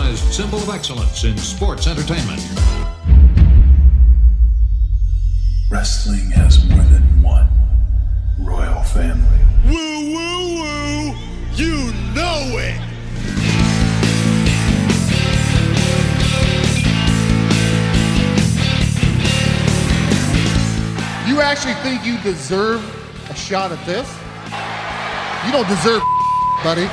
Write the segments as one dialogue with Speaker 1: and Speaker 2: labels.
Speaker 1: of excellence in sports entertainment.
Speaker 2: Wrestling has more than one royal family.
Speaker 3: Woo woo woo! You know it!
Speaker 4: You actually think you deserve a shot at this? You don't deserve, buddy.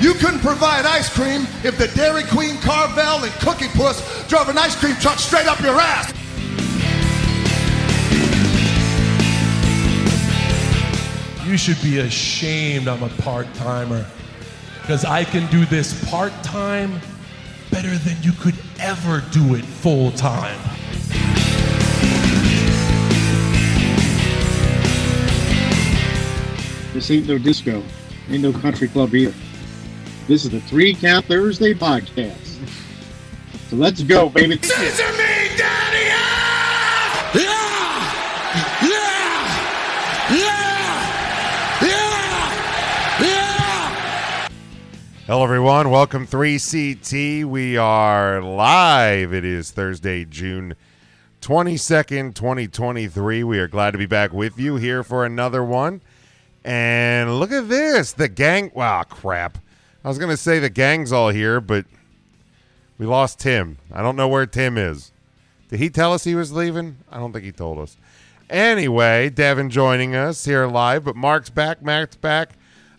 Speaker 4: You couldn't provide ice cream if the Dairy Queen, Carvel, and Cookie Puss drove an ice cream truck straight up your ass.
Speaker 5: You should be ashamed I'm a part timer. Because I can do this part time better than you could ever do it full time.
Speaker 6: This ain't no disco. Ain't no country club either. This is the Three Count Thursday podcast. So let's go, baby.
Speaker 3: Scissor me, daddy! Yeah! Yeah! Yeah! Yeah! Yeah! Yeah!
Speaker 7: Hello, everyone. Welcome 3CT. We are live. It is Thursday, June 22nd, 2023. We are glad to be back with you here for another one. And look at this. The gang. Wow, crap. I was going to say the gang's all here, but we lost Tim. I don't know where Tim is. Did he tell us he was leaving? I don't think he told us. Anyway, Devin joining us here live, but Mark's back, Matt's back,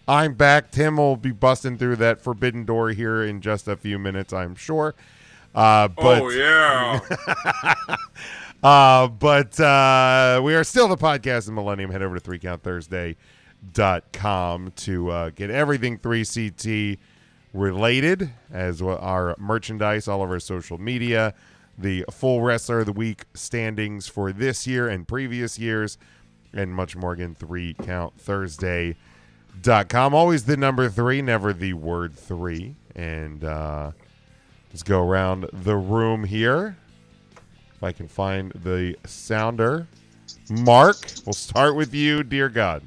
Speaker 7: I'm back. Tim will be busting through that forbidden door here in just a few minutes, I'm sure. Uh, but,
Speaker 8: oh yeah,
Speaker 7: uh, but uh, we are still the podcast of Millennium. Head over to 3countthursday.com to uh, get everything 3CT related, as well our merchandise, all of our social media, the full Wrestler of the Week standings for this year and previous years, and much more. Again, 3countthursday.com. Always the number three, never the word three. And uh, let's go around the room here. If I can find the sounder. Mark, we'll start with you, dear God.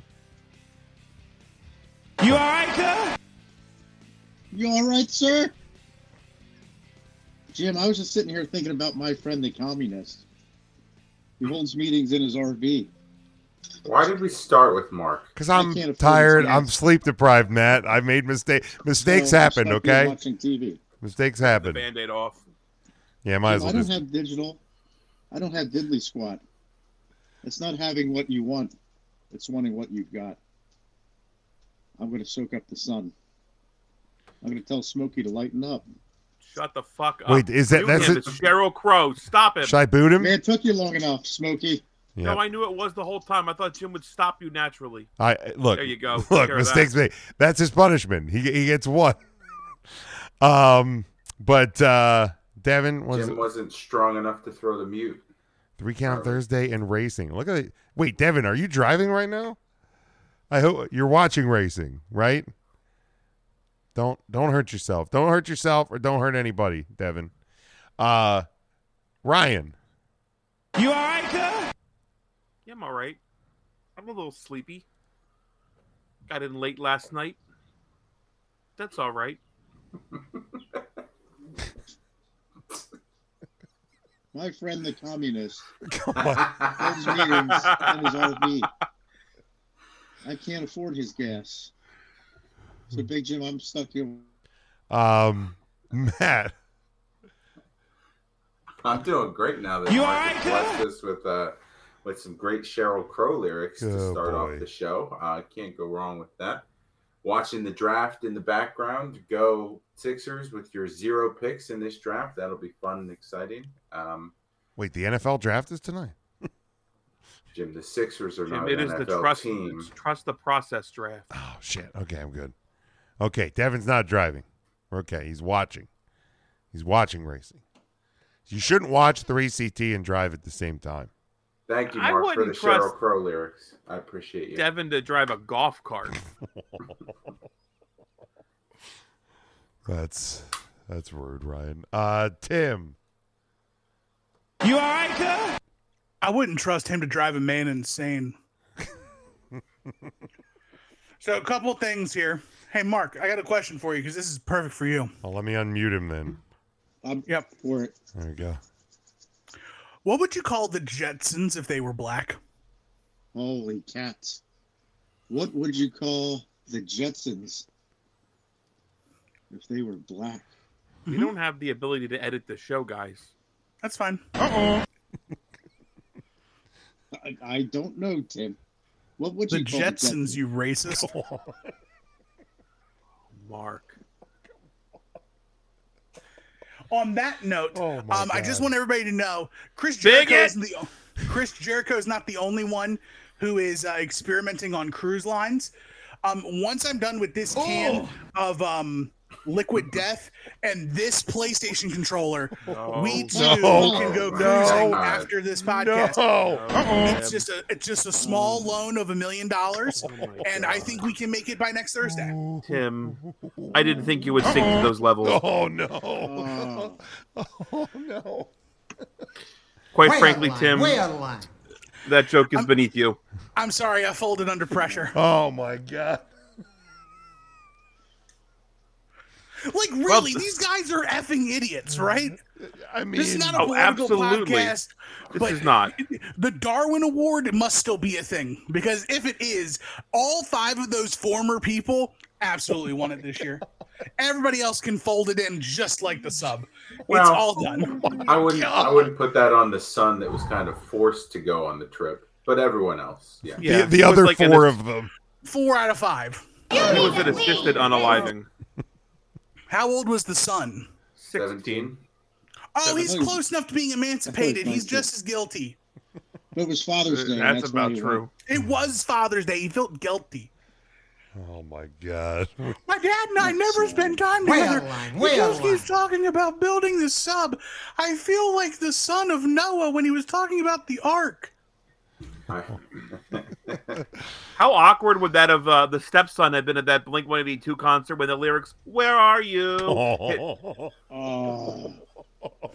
Speaker 6: You all right, sir? Jim, I was just sitting here thinking about my friend, the communist. He holds meetings in his RV.
Speaker 8: Why did we start with Mark?
Speaker 7: Because
Speaker 6: I can't
Speaker 7: I'm
Speaker 6: afford
Speaker 7: tired.
Speaker 6: this,
Speaker 7: I'm
Speaker 6: man.
Speaker 7: sleep deprived, Matt. I made mistakes. Mistakes
Speaker 6: So I
Speaker 7: happen,
Speaker 6: stopped being
Speaker 7: okay?
Speaker 6: Watching TV.
Speaker 7: Mistakes happen.
Speaker 8: Band-aid off.
Speaker 7: Yeah, might as
Speaker 6: I
Speaker 7: well
Speaker 6: don't
Speaker 7: just.
Speaker 6: have digital. I don't have diddly squat. It's not having what you want. It's wanting what you've got. I'm going to soak up the sun. I'm going to tell Smokey to lighten up.
Speaker 8: Shut the fuck up.
Speaker 7: Wait, is that-
Speaker 8: You
Speaker 7: that's
Speaker 8: him.
Speaker 7: it?
Speaker 8: It's Cheryl Crow. Stop it.
Speaker 7: Should I boot him?
Speaker 6: Man, it took you long enough, Smokey.
Speaker 8: No, I knew it was the whole time. I thought Jim would stop you naturally.
Speaker 7: I look.
Speaker 8: There you go. Take
Speaker 7: Look,
Speaker 8: care of
Speaker 7: mistakes made. That's his punishment. He he gets one. um, but uh, Devin was
Speaker 8: Jim wasn't strong enough to throw the mute.
Speaker 7: three count Thursday and racing. Look at it. Wait, Devin, are you driving right now? I hope you're watching racing, right? Don't don't hurt yourself. Don't hurt yourself or don't hurt anybody, Devin. Uh, Ryan,
Speaker 8: Yeah, I'm all right. I'm a little sleepy. Got in late last night. That's all right.
Speaker 6: My friend, the communist,
Speaker 7: come on.
Speaker 6: holds meetings in his RV. I can't afford his gas. So, Big Jim, I'm stuck here.
Speaker 7: um, Matt.
Speaker 9: I'm doing great now that you Mark has blessed us with uh, with some great Cheryl Crow lyrics
Speaker 7: Oh,
Speaker 9: to start
Speaker 7: boy.
Speaker 9: off the show. Uh, can't go wrong with that. Watching the draft in the background, go Sixers with your zero picks in this draft. That'll be fun and exciting. Um,
Speaker 7: Wait, the NFL draft is tonight.
Speaker 9: Jim, the Sixers are
Speaker 8: Jim,
Speaker 9: not
Speaker 8: it
Speaker 9: an
Speaker 8: is the
Speaker 9: NFL
Speaker 8: trust
Speaker 9: team.
Speaker 8: trust the process draft.
Speaker 7: Oh shit. Okay, I'm good. Okay, Devin's not driving. Okay, he's watching. He's watching racing. You shouldn't watch 3CT and drive at the same time.
Speaker 9: Thank you,
Speaker 8: I
Speaker 9: Mark, for the
Speaker 8: wouldn't trust-
Speaker 9: Cheryl Crow lyrics. I appreciate you.
Speaker 8: Devin to drive a golf cart.
Speaker 7: That's that's rude, Ryan. Uh Tim.
Speaker 10: I wouldn't trust him to drive a man insane. So a couple things here. Hey, Mark, I got a question for you because this is perfect for you.
Speaker 7: Well, Oh, let me unmute him then.
Speaker 6: I'm
Speaker 10: Yep.
Speaker 6: for it.
Speaker 7: There you go.
Speaker 10: What would you call the Jetsons if they were black?
Speaker 6: Holy cats. What would you call the Jetsons if they were black?
Speaker 7: Mm-hmm.
Speaker 8: We don't have the ability to edit the show, guys.
Speaker 10: That's fine.
Speaker 6: I, I don't know, Tim. What would
Speaker 10: The
Speaker 6: you call
Speaker 10: Jetsons, you racist.
Speaker 8: Mark.
Speaker 10: On that note,
Speaker 7: Oh, my
Speaker 10: um, I just
Speaker 7: God.
Speaker 10: want everybody to know Chris
Speaker 8: Bigot!
Speaker 10: Jericho is the Chris Jericho is not the only one who is uh, experimenting on cruise lines. Um, once I'm done with this can of um, Liquid Death and this PlayStation controller, we too
Speaker 7: no,
Speaker 10: can go
Speaker 9: no.
Speaker 10: cruising
Speaker 9: No.
Speaker 10: after this podcast.
Speaker 7: No. Mm.
Speaker 10: It's just a it's just a small loan of a million
Speaker 7: Oh
Speaker 10: dollars, and I think we can make it by next Thursday.
Speaker 8: Tim, I didn't think you would sink to those levels.
Speaker 7: Oh no.
Speaker 6: Oh,
Speaker 7: Oh no.
Speaker 8: Quite
Speaker 11: Way
Speaker 8: frankly,
Speaker 11: out of line,
Speaker 8: Tim,
Speaker 11: Way out of line.
Speaker 8: that joke is beneath you.
Speaker 10: I'm sorry, I folded under pressure.
Speaker 7: Oh my god.
Speaker 10: Like really, these guys are effing idiots, right?
Speaker 7: I mean,
Speaker 10: This is not a
Speaker 8: Oh,
Speaker 10: political
Speaker 8: absolutely.
Speaker 10: podcast.
Speaker 8: This
Speaker 10: but
Speaker 8: is not.
Speaker 10: The Darwin Award must still be a thing because if it is, all five of those former people absolutely won it this year. Everybody else can fold it in just like the sub. it's
Speaker 9: Well-
Speaker 10: all done.
Speaker 9: I wouldn't. I wouldn't put that on the son that was kind of forced to go on the trip, but everyone else, yeah.
Speaker 7: the,
Speaker 8: Yeah,
Speaker 7: the
Speaker 8: it was
Speaker 7: other
Speaker 8: like an
Speaker 7: four
Speaker 8: ass-
Speaker 7: of them.
Speaker 10: Four out of five.
Speaker 8: He was an assisted unaliving.
Speaker 10: How old was the son?
Speaker 9: Seventeen.
Speaker 10: Oh, he's
Speaker 6: Seventeen.
Speaker 10: close enough to being emancipated. He's
Speaker 6: Nineteen.
Speaker 10: just as guilty.
Speaker 6: but it was Father's Day. and
Speaker 8: That's,
Speaker 6: why
Speaker 8: about
Speaker 6: he
Speaker 8: true.
Speaker 10: It was Father's Day. He felt guilty.
Speaker 7: Oh my god.
Speaker 10: My dad and I never spend time
Speaker 11: Way
Speaker 10: together.
Speaker 11: out of line,
Speaker 10: He
Speaker 11: way out
Speaker 10: just
Speaker 11: of
Speaker 10: keeps talking about building the sub. I feel like the son of Noah when he was talking about the ark.
Speaker 9: I-
Speaker 7: Oh.
Speaker 8: How awkward would that have uh, the stepson have been at that Blink 182 concert when the lyrics "Where are you?" hit-
Speaker 7: Oh.
Speaker 6: won. Oh,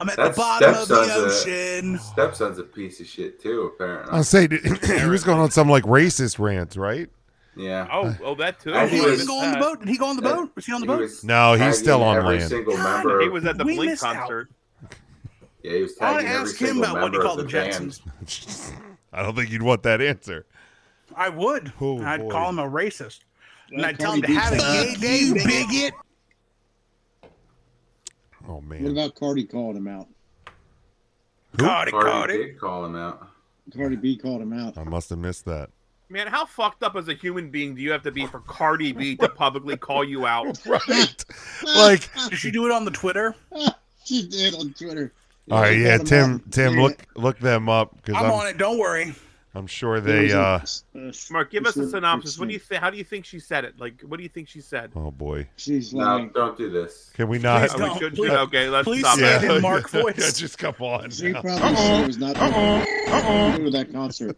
Speaker 10: I'm at
Speaker 9: That's-
Speaker 10: the bottom of the
Speaker 9: that's, uh,
Speaker 10: ocean.
Speaker 9: Stepson's a piece of shit too, apparently.
Speaker 7: I'll say he was going on some like racist rant, right?
Speaker 9: Yeah.
Speaker 8: Oh, oh, that too.
Speaker 9: I
Speaker 10: Did
Speaker 9: he
Speaker 10: he
Speaker 9: was-
Speaker 10: even go on the boat? Did he go on the
Speaker 9: uh,
Speaker 10: boat? Was he on the
Speaker 9: He
Speaker 10: boat?
Speaker 9: was
Speaker 7: No, he's still
Speaker 9: tagging
Speaker 7: on
Speaker 9: every
Speaker 7: land.
Speaker 9: single
Speaker 10: God,
Speaker 9: member.
Speaker 8: He was at the
Speaker 10: We
Speaker 8: Blink
Speaker 10: missed out.
Speaker 8: concert.
Speaker 9: yeah, he was
Speaker 10: I want
Speaker 9: tagging
Speaker 10: to
Speaker 9: every
Speaker 10: ask him
Speaker 9: single
Speaker 10: about what
Speaker 9: member
Speaker 10: he called the
Speaker 9: of the band.
Speaker 10: Jetsons.
Speaker 7: I don't think you'd want that answer.
Speaker 10: I would.
Speaker 7: Oh,
Speaker 10: I'd
Speaker 7: boy.
Speaker 10: call him a racist. and
Speaker 6: Well,
Speaker 10: I'd tell him to
Speaker 6: Cardi B
Speaker 10: have a
Speaker 6: said-
Speaker 10: gay day, bigot.
Speaker 7: Oh
Speaker 6: what
Speaker 7: man.
Speaker 6: about Cardi calling him out?
Speaker 10: Cardi,
Speaker 9: Cardi
Speaker 10: Cardi.
Speaker 9: did call him out.
Speaker 6: Cardi B called him out.
Speaker 7: I must have missed that.
Speaker 8: Man, how fucked up as a human being do you have to be for Cardi B to publicly call you out?
Speaker 7: Right. like
Speaker 10: Did she do it on the Twitter?
Speaker 6: She did on Twitter.
Speaker 7: all right, yeah,
Speaker 6: Called him
Speaker 7: Tim
Speaker 6: out.
Speaker 7: Tim
Speaker 6: Yeah.
Speaker 7: look look them up cuz
Speaker 10: I'm, on
Speaker 7: I'm,
Speaker 10: it. Don't worry.
Speaker 7: I'm sure
Speaker 6: It
Speaker 7: they
Speaker 6: was a-
Speaker 7: uh
Speaker 6: uh,
Speaker 8: Mark, give us a
Speaker 6: it's
Speaker 8: synopsis. What do you
Speaker 6: it's-
Speaker 8: think? How do you think she said it? Like, what do you think she said?
Speaker 7: oh boy.
Speaker 6: She's
Speaker 9: No,
Speaker 6: like,
Speaker 9: don't do this.
Speaker 7: Can we not
Speaker 10: Please
Speaker 8: Oh,
Speaker 10: don't.
Speaker 8: we should
Speaker 10: please-
Speaker 8: okay, let's
Speaker 10: please
Speaker 8: stop
Speaker 10: say
Speaker 8: it.
Speaker 10: it in Mark
Speaker 7: yeah,
Speaker 10: voice.
Speaker 7: yeah, just come on.
Speaker 6: she
Speaker 7: now.
Speaker 6: probably said it was not. It was that concert.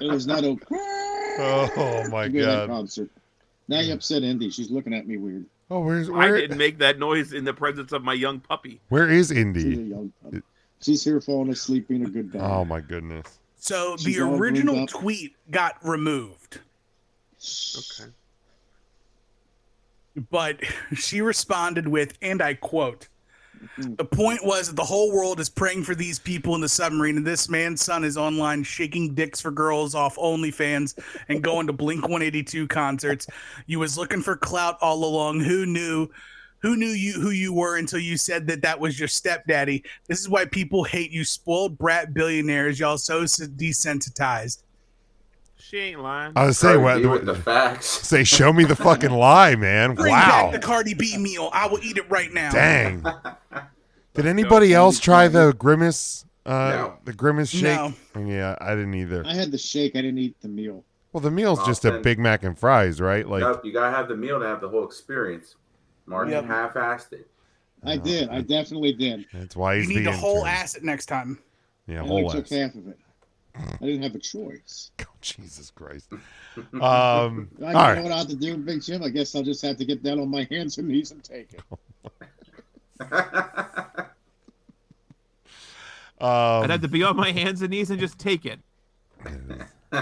Speaker 6: It was not okay.
Speaker 7: Oh my
Speaker 6: to go to that
Speaker 7: god.
Speaker 6: concert. Now you upset Indy. She's looking at me weird.
Speaker 7: Oh, where's
Speaker 8: I
Speaker 7: where,
Speaker 8: didn't make that noise in the presence of my young puppy.
Speaker 7: where is
Speaker 6: She's a
Speaker 7: Indy?
Speaker 6: young. She's here falling asleep being a good
Speaker 7: Oh
Speaker 6: dog.
Speaker 7: my goodness.
Speaker 10: So
Speaker 6: She's
Speaker 10: the
Speaker 6: all
Speaker 10: original
Speaker 6: grooved up.
Speaker 10: tweet got removed,
Speaker 8: Okay.
Speaker 10: but she responded with, and I quote, the point was that the whole world is praying for these people in the submarine, and this man's son is online shaking dicks for girls off OnlyFans and going to Blink 182 concerts. You was looking for clout all along. Who knew? Who knew you who you were until you said that that was your stepdaddy? This is why people hate you, spoiled brat billionaires. Y'all so s- desensitized.
Speaker 8: She ain't lying.
Speaker 7: I was saying
Speaker 9: Cardi B
Speaker 7: what
Speaker 9: with the facts.
Speaker 7: say show me the fucking lie, man.
Speaker 10: Bring
Speaker 7: Wow.
Speaker 10: back the Cardi B meal. I will eat it right now.
Speaker 7: Dang. Did anybody else try the grimace? Uh,
Speaker 9: No.
Speaker 7: The grimace shake.
Speaker 10: No.
Speaker 7: Yeah, I didn't either.
Speaker 6: I had the shake. I didn't eat the meal.
Speaker 7: Well, the meal's
Speaker 9: Well,
Speaker 7: just a
Speaker 9: then-
Speaker 7: Big Mac and fries, right? Like,
Speaker 9: Nope, you gotta have the meal to have the whole experience. Mark
Speaker 10: Yep.
Speaker 9: half-assed it.
Speaker 6: I
Speaker 7: Uh-huh.
Speaker 6: did. I definitely did.
Speaker 7: that's why
Speaker 10: You
Speaker 7: he's
Speaker 10: need
Speaker 7: the
Speaker 10: the whole
Speaker 7: intern.
Speaker 10: asset next time.
Speaker 7: Yeah,
Speaker 6: I
Speaker 7: whole
Speaker 6: only
Speaker 7: ass.
Speaker 6: took half of it. I didn't have a choice.
Speaker 7: God, Jesus Christ. Um,
Speaker 6: I
Speaker 7: all
Speaker 6: don't know
Speaker 7: right.
Speaker 6: what I have to do in Big Jim. I guess I'll just have to get down on my hands and knees and take it.
Speaker 7: Oh,
Speaker 8: I'd
Speaker 7: Um, Um,
Speaker 6: Um,
Speaker 8: have to be on my hands and knees and just take it.
Speaker 7: All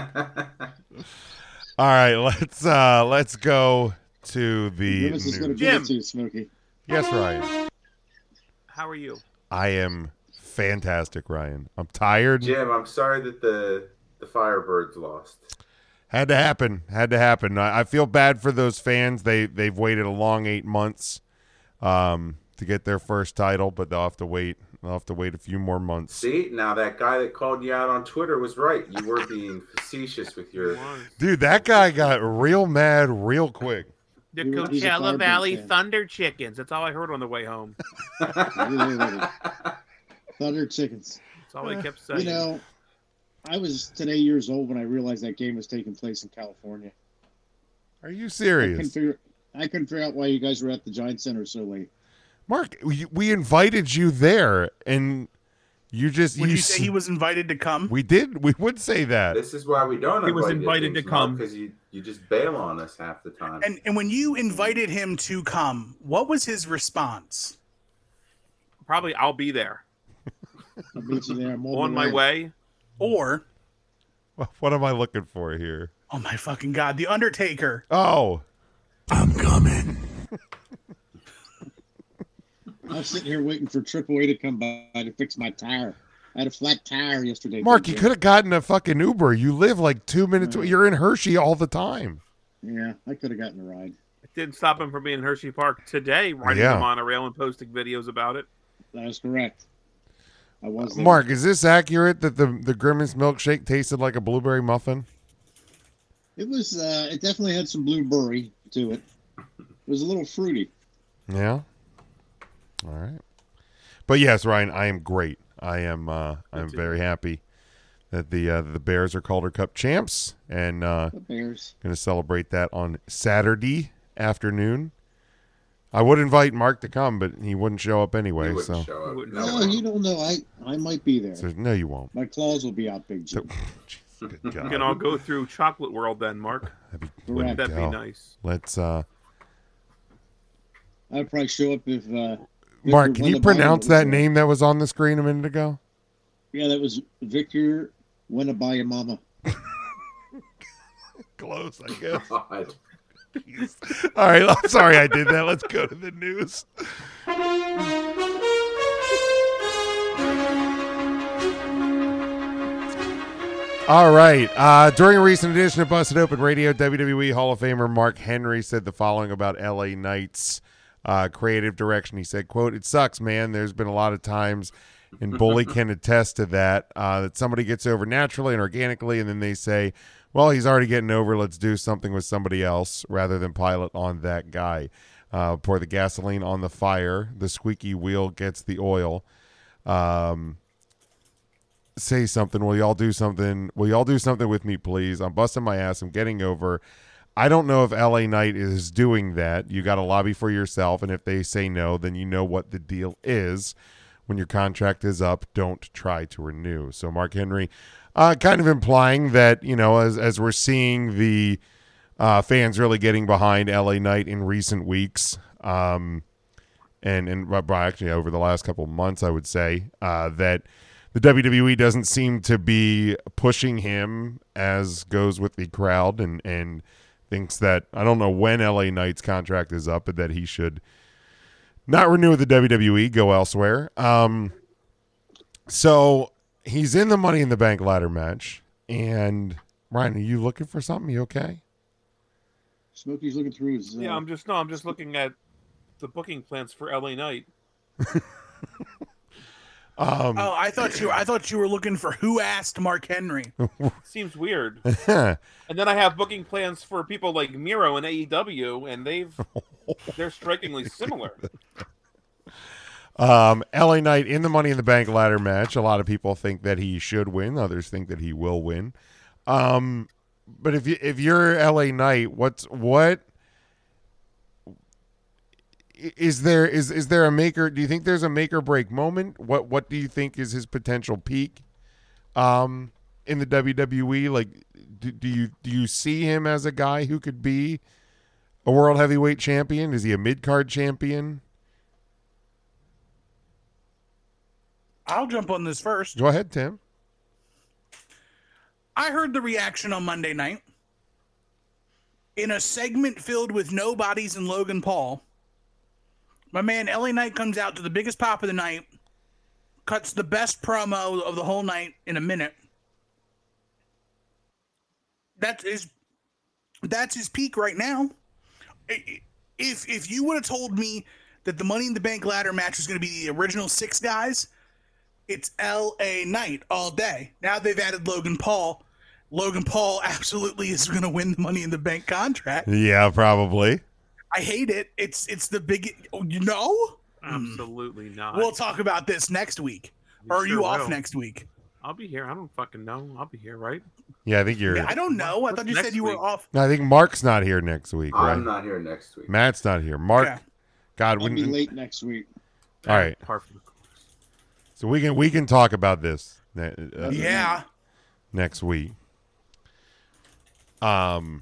Speaker 7: right, let's uh let's go to the.
Speaker 6: This is
Speaker 7: new-
Speaker 6: going to give
Speaker 8: Jim.
Speaker 6: it to you, Smokey.
Speaker 7: Yes, Ryan.
Speaker 8: How are you?
Speaker 7: I am fantastic, Ryan. I'm tired.
Speaker 9: Jim, I'm sorry that the the Firebirds lost.
Speaker 7: Had to happen. Had to happen. I, I feel bad for those fans. They they've waited a long eight months um, to get their first title, but they'll have to wait. They'll have to wait a few more months.
Speaker 9: See, now that guy that called you out on Twitter was right. You were being facetious with your.
Speaker 7: Dude, that guy got real mad real quick.
Speaker 8: The
Speaker 6: He was- he's a
Speaker 8: Coachella
Speaker 6: Firebird
Speaker 8: Valley
Speaker 6: fan.
Speaker 8: Thunder Chickens. That's all I heard on the way home.
Speaker 6: Thunder chickens.
Speaker 8: That's all I kept saying.
Speaker 6: You know, I was today years old when I realized that game was taking place in California.
Speaker 7: Are you
Speaker 6: I couldn't
Speaker 7: serious,
Speaker 6: figure. I couldn't figure out why you guys were at the Giant Center so late.
Speaker 7: Mark? We, we invited you there, and you just
Speaker 10: Would you
Speaker 7: s-
Speaker 10: say he was invited to come?
Speaker 7: We did. We would say that.
Speaker 9: This is why we don't.
Speaker 8: He was invited to come.
Speaker 9: because you you just bail on us half the time.
Speaker 10: And and when you invited him to come, what was his response?
Speaker 8: Probably I'll be there
Speaker 6: I'll meet you there. I'm
Speaker 8: on my way.
Speaker 10: Or
Speaker 7: What am I looking for here?
Speaker 10: oh my fucking god, the Undertaker.
Speaker 7: Oh,
Speaker 6: I'm sitting here waiting for Triple A to come by to fix my tire. I had a flat tire yesterday.
Speaker 7: Mark, you
Speaker 6: thank
Speaker 7: could have gotten a fucking Uber. You live like two minutes. You're in Hershey all the time.
Speaker 6: Yeah, I could have gotten a ride.
Speaker 8: It didn't stop him from being in Hershey Park today, riding
Speaker 7: Yeah.
Speaker 8: the monorail and posting videos about it.
Speaker 6: That is correct. I was there.
Speaker 7: Mark, is this accurate that the the Grimace milkshake tasted like a blueberry muffin?
Speaker 6: It was. Uh, it definitely had some blueberry to it. It was a little fruity.
Speaker 7: Yeah. All right. But yes, Ryan, I am great. I am uh, I'm very happy that the uh, the Bears are Calder Cup champs and uh,
Speaker 6: The Bears.
Speaker 7: going to celebrate that on Saturday afternoon. I would invite Mark to come, but he wouldn't show up
Speaker 9: you
Speaker 7: anyway.
Speaker 9: wouldn't
Speaker 7: So,
Speaker 9: show up.
Speaker 8: wouldn't
Speaker 9: No.
Speaker 6: Oh, you don't know. I I might be there.
Speaker 7: so no, you won't.
Speaker 6: My claws will be out, Big G.
Speaker 7: Good
Speaker 8: You
Speaker 6: Uh,
Speaker 7: God.
Speaker 8: can all go through Chocolate World then, Mark. Wouldn't
Speaker 6: Correct.
Speaker 8: that be
Speaker 7: go.
Speaker 8: nice?
Speaker 7: Let's uh,
Speaker 6: I'd probably show up if. Uh, Victor
Speaker 7: Mark, can
Speaker 6: won
Speaker 7: you
Speaker 6: the Bible
Speaker 7: pronounce
Speaker 6: this
Speaker 7: that
Speaker 6: year.
Speaker 7: name that was on the screen a minute ago?
Speaker 6: Yeah, that was Victor Wenabayamama.
Speaker 7: Close, I guess.
Speaker 9: God.
Speaker 7: All right, I'm sorry I did that. Let's go to the news. All right. Uh, during a recent edition of Busted Open Radio, WWE Hall of Famer Mark Henry said the following about LA Knights' uh, creative direction. He said, "Quote: It sucks, man. There's been a lot of times, and Bully can attest to that. Uh, that somebody gets over naturally and organically, and then they say." Well, he's already getting over. Let's do something with somebody else rather than pilot on that guy. Uh, pour the gasoline on the fire. The squeaky wheel gets the oil. Um, say something. Will y'all do something? Will y'all do something with me, please? I'm busting my ass. I'm getting over. I don't know if LA Knight is doing that. You got to lobby for yourself, and if they say no, then you know what the deal is. When your contract is up, don't try to renew. So Mark Henry, uh, kind of implying that you know, as as we're seeing the uh, fans really getting behind LA Knight in recent weeks. Um, and and by- by actually over the last couple of months, I would say uh, that the WWE doesn't seem to be pushing him as goes with the crowd, and and thinks that I don't know when LA Knight's contract is up, but that he should not renew with the WWE, go elsewhere. Um, so he's in the Money in the Bank ladder match, and Ryan, are you looking for something? You okay?
Speaker 6: Smokey's looking through his. Uh,
Speaker 8: Yeah, I'm just no, I'm just looking at the booking plans for LA Knight.
Speaker 7: Um,
Speaker 10: Oh, I thought you I thought you were looking for who asked Mark Henry.
Speaker 8: Seems weird. And then I have booking plans for people like Miro and AEW, and they've they're strikingly similar.
Speaker 7: Um, LA Knight in the Money in the Bank ladder match. A lot of people think that he should win. Others think that he will win. Um, but if you if you're LA Knight, what's what i- is there is is there a maker? Do you think there's a make or break moment? What what do you think is his potential peak? Um, in the WWE, like do, do you do you see him as a guy who could be a world heavyweight champion? Is he a mid card champion?
Speaker 10: I'll jump on this first.
Speaker 7: Go ahead, Tim.
Speaker 10: I heard the reaction on Monday night. in a segment filled with nobodies and Logan Paul, my man LA Knight comes out to the biggest pop of the night, cuts the best promo of the whole night in a minute. That is that's his peak right now. I- I- If if you would have told me that the Money in the Bank ladder match was going to be the original six guys, it's L.A. Knight all day. Now they've added Logan Paul. Logan Paul absolutely is going to win the Money in the Bank contract.
Speaker 7: Yeah, probably.
Speaker 10: I hate it. It's it's the big. oh, You know,
Speaker 8: Absolutely not.
Speaker 10: Hmm. we'll talk about this next week.
Speaker 8: We
Speaker 10: Or are you
Speaker 8: sure
Speaker 10: off
Speaker 8: will.
Speaker 10: next week?
Speaker 8: I'll be here. I don't fucking know. I'll be here, right?
Speaker 7: Yeah, I think you're.
Speaker 10: I don't know. I thought you
Speaker 8: Next
Speaker 10: said you
Speaker 8: week.
Speaker 10: were off.
Speaker 7: I think Mark's not here next week, right?
Speaker 9: I'm not here next week.
Speaker 7: Matt's not here. Mark,
Speaker 10: Oh, Yeah.
Speaker 7: God,
Speaker 6: I'll be
Speaker 7: wouldn't.
Speaker 6: late next week.
Speaker 7: All right,
Speaker 8: Par for the course.
Speaker 7: so we can we can talk about this ne- uh,
Speaker 10: Yeah,
Speaker 7: next week. Um,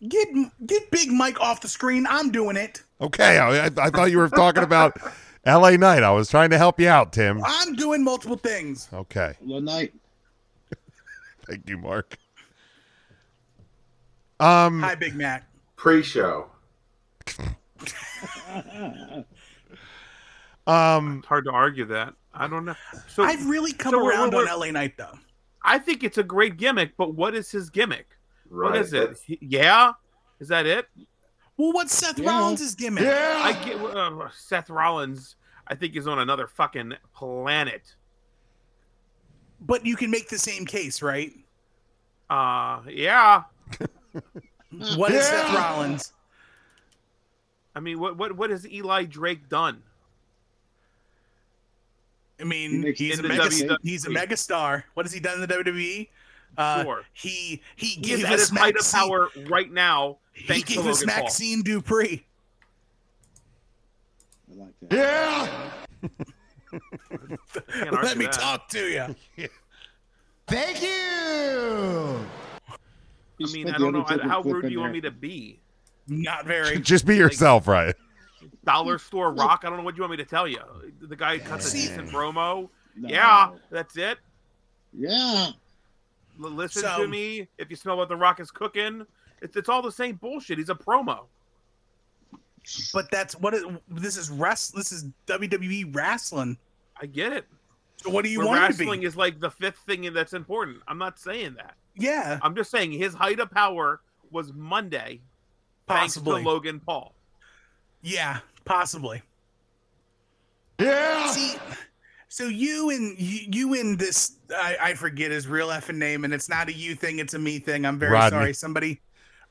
Speaker 10: get get Big Mike off the screen. I'm doing it.
Speaker 7: okay, I, I I thought you were talking about L.A. Knight. I was trying to help you out, Tim.
Speaker 10: I'm doing multiple things.
Speaker 7: Okay,
Speaker 6: The night.
Speaker 7: thank you, Mark. Um,
Speaker 10: Hi, Big Mac.
Speaker 9: Pre-show.
Speaker 6: Ah,
Speaker 7: um,
Speaker 8: It's hard to argue that. I don't know. So
Speaker 10: I've really come
Speaker 8: so we're-
Speaker 10: around
Speaker 8: we're-
Speaker 10: on LA Knight though.
Speaker 8: I think it's a great gimmick, but what is his gimmick?
Speaker 9: Right.
Speaker 8: What is it?
Speaker 9: That's-
Speaker 8: He- yeah, is that it?
Speaker 10: Well, what's Seth
Speaker 6: Yeah.
Speaker 10: Rollins' Rollins' gimmick?
Speaker 8: I get uh, Seth Rollins. I think is on another fucking planet.
Speaker 10: But you can make the same case, right?
Speaker 8: Uh, yeah.
Speaker 10: What is Seth Rollins?
Speaker 8: I mean, what what what has Eli Drake done?
Speaker 10: I mean,
Speaker 6: He makes-
Speaker 10: he's a
Speaker 8: in the E.
Speaker 10: mega,
Speaker 8: WWE.
Speaker 10: he's a megastar. What has he done in the WWE? Uh,
Speaker 8: Sure.
Speaker 10: He he
Speaker 8: He is
Speaker 10: gave
Speaker 8: at
Speaker 10: us
Speaker 8: his height of
Speaker 10: Maxine,
Speaker 8: power right now.
Speaker 10: He
Speaker 8: Thanks to
Speaker 10: gave us
Speaker 8: Logan Paul.
Speaker 10: Maxine Dupree.
Speaker 6: I like that.
Speaker 8: Can't
Speaker 10: Let
Speaker 8: argue
Speaker 10: me
Speaker 8: that.
Speaker 10: talk to you.
Speaker 4: Thank you.
Speaker 8: I mean, I don't know. I- How rude do you want me to be?
Speaker 10: Not very.
Speaker 7: just be yourself, right?
Speaker 8: Dollar store rock. I don't know what you want me to tell you. The guy cuts a
Speaker 10: See-
Speaker 8: decent promo. Yeah, that's it.
Speaker 6: Yeah.
Speaker 8: L- listen
Speaker 10: So-
Speaker 8: to me. If you smell what the Rock is cooking, it's, it's all the same bullshit. He's a promo.
Speaker 10: But that's what is, this is. Rest. This is WWE wrestling.
Speaker 8: I get it.
Speaker 10: So what do you
Speaker 8: But
Speaker 10: want it to
Speaker 8: wrestling
Speaker 10: be?
Speaker 8: is like the fifth thing that's important. I'm not saying that.
Speaker 10: yeah,
Speaker 8: I'm just saying his height of power was Monday,
Speaker 10: possibly.
Speaker 8: thanks to Logan Paul.
Speaker 10: Yeah, possibly. Yeah. See, so you and you, you and this I, I forget his real effing name, and it's not a you thing; it's a me thing. I'm very
Speaker 7: Rodney.
Speaker 10: sorry. Somebody,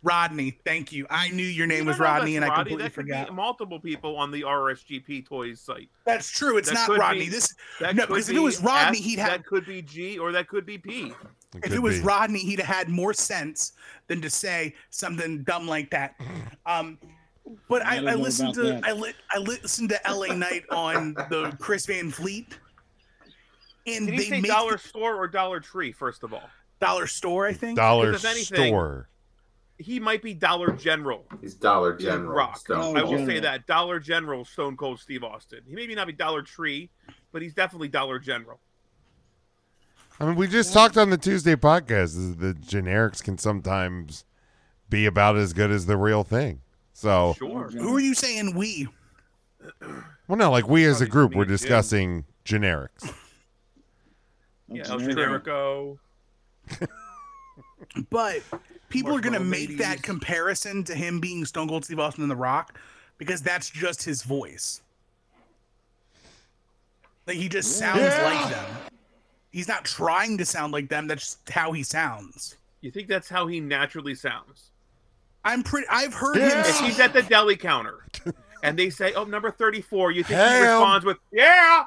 Speaker 10: Rodney. Thank you. I knew your name
Speaker 8: You
Speaker 10: was
Speaker 8: don't know if
Speaker 10: Rodney,
Speaker 8: that's
Speaker 10: and I
Speaker 8: Rodney.
Speaker 10: completely
Speaker 8: that could
Speaker 10: forgot.
Speaker 8: Be multiple people on the RSGP toys site.
Speaker 10: That's true. It's
Speaker 8: that
Speaker 10: not
Speaker 8: could
Speaker 10: Rodney.
Speaker 8: be-
Speaker 10: This
Speaker 8: That
Speaker 10: No,
Speaker 8: could
Speaker 10: 'cause if
Speaker 8: be
Speaker 10: it was Rodney,
Speaker 8: F,
Speaker 10: he'd have-
Speaker 8: That could be G or that could be P.
Speaker 10: if
Speaker 7: could
Speaker 10: it was
Speaker 7: be.
Speaker 10: Rodney, he'd have had more sense than to say something dumb like that. Um, but
Speaker 6: I
Speaker 10: I,
Speaker 6: don't
Speaker 10: I
Speaker 6: know
Speaker 10: listened
Speaker 6: about
Speaker 10: to
Speaker 6: that.
Speaker 10: I, li- I listened to L.A. Knight on the Chris Van Fleet, and
Speaker 8: Did
Speaker 10: they
Speaker 8: he say
Speaker 10: make
Speaker 8: Dollar Store or Dollar Tree? First of all,
Speaker 10: Dollar Store, I think.
Speaker 7: Dollar
Speaker 8: Because if anything-
Speaker 7: store.
Speaker 8: he might be Dollar General.
Speaker 9: He's Dollar
Speaker 8: Yeah,
Speaker 9: General.
Speaker 8: Rock. Oh,
Speaker 9: Stone
Speaker 8: I
Speaker 9: Cold.
Speaker 8: will say
Speaker 6: General.
Speaker 8: that Dollar General Stone Cold Steve Austin. He may be not be Dollar Tree, but he's definitely Dollar General.
Speaker 7: I mean, we just talked on the Tuesday podcast. is The generics can sometimes be about as good as the real thing. So,
Speaker 8: Sure.
Speaker 10: Who are you saying we?
Speaker 7: well, no, like we as a
Speaker 8: Probably
Speaker 7: group,
Speaker 8: me
Speaker 7: we're
Speaker 8: and Jim.
Speaker 7: discussing generics.
Speaker 8: Yeah, El
Speaker 6: Generic.
Speaker 8: Generico.
Speaker 10: But people are gonna
Speaker 8: Marshmallow
Speaker 10: make that
Speaker 8: ladies.
Speaker 10: comparison to him being Stone Cold Steve Austin and The Rock because that's just his voice. Like he just sounds like them. He's not trying to sound like them. That's just how he sounds.
Speaker 8: You think that's how he naturally sounds?
Speaker 10: I'm pretty. I've heard him.
Speaker 8: If he's
Speaker 10: Speak,
Speaker 8: at the deli counter and they say, "Oh, number 34," you think
Speaker 7: Hey,
Speaker 8: he
Speaker 7: um.
Speaker 8: responds with, "Yeah."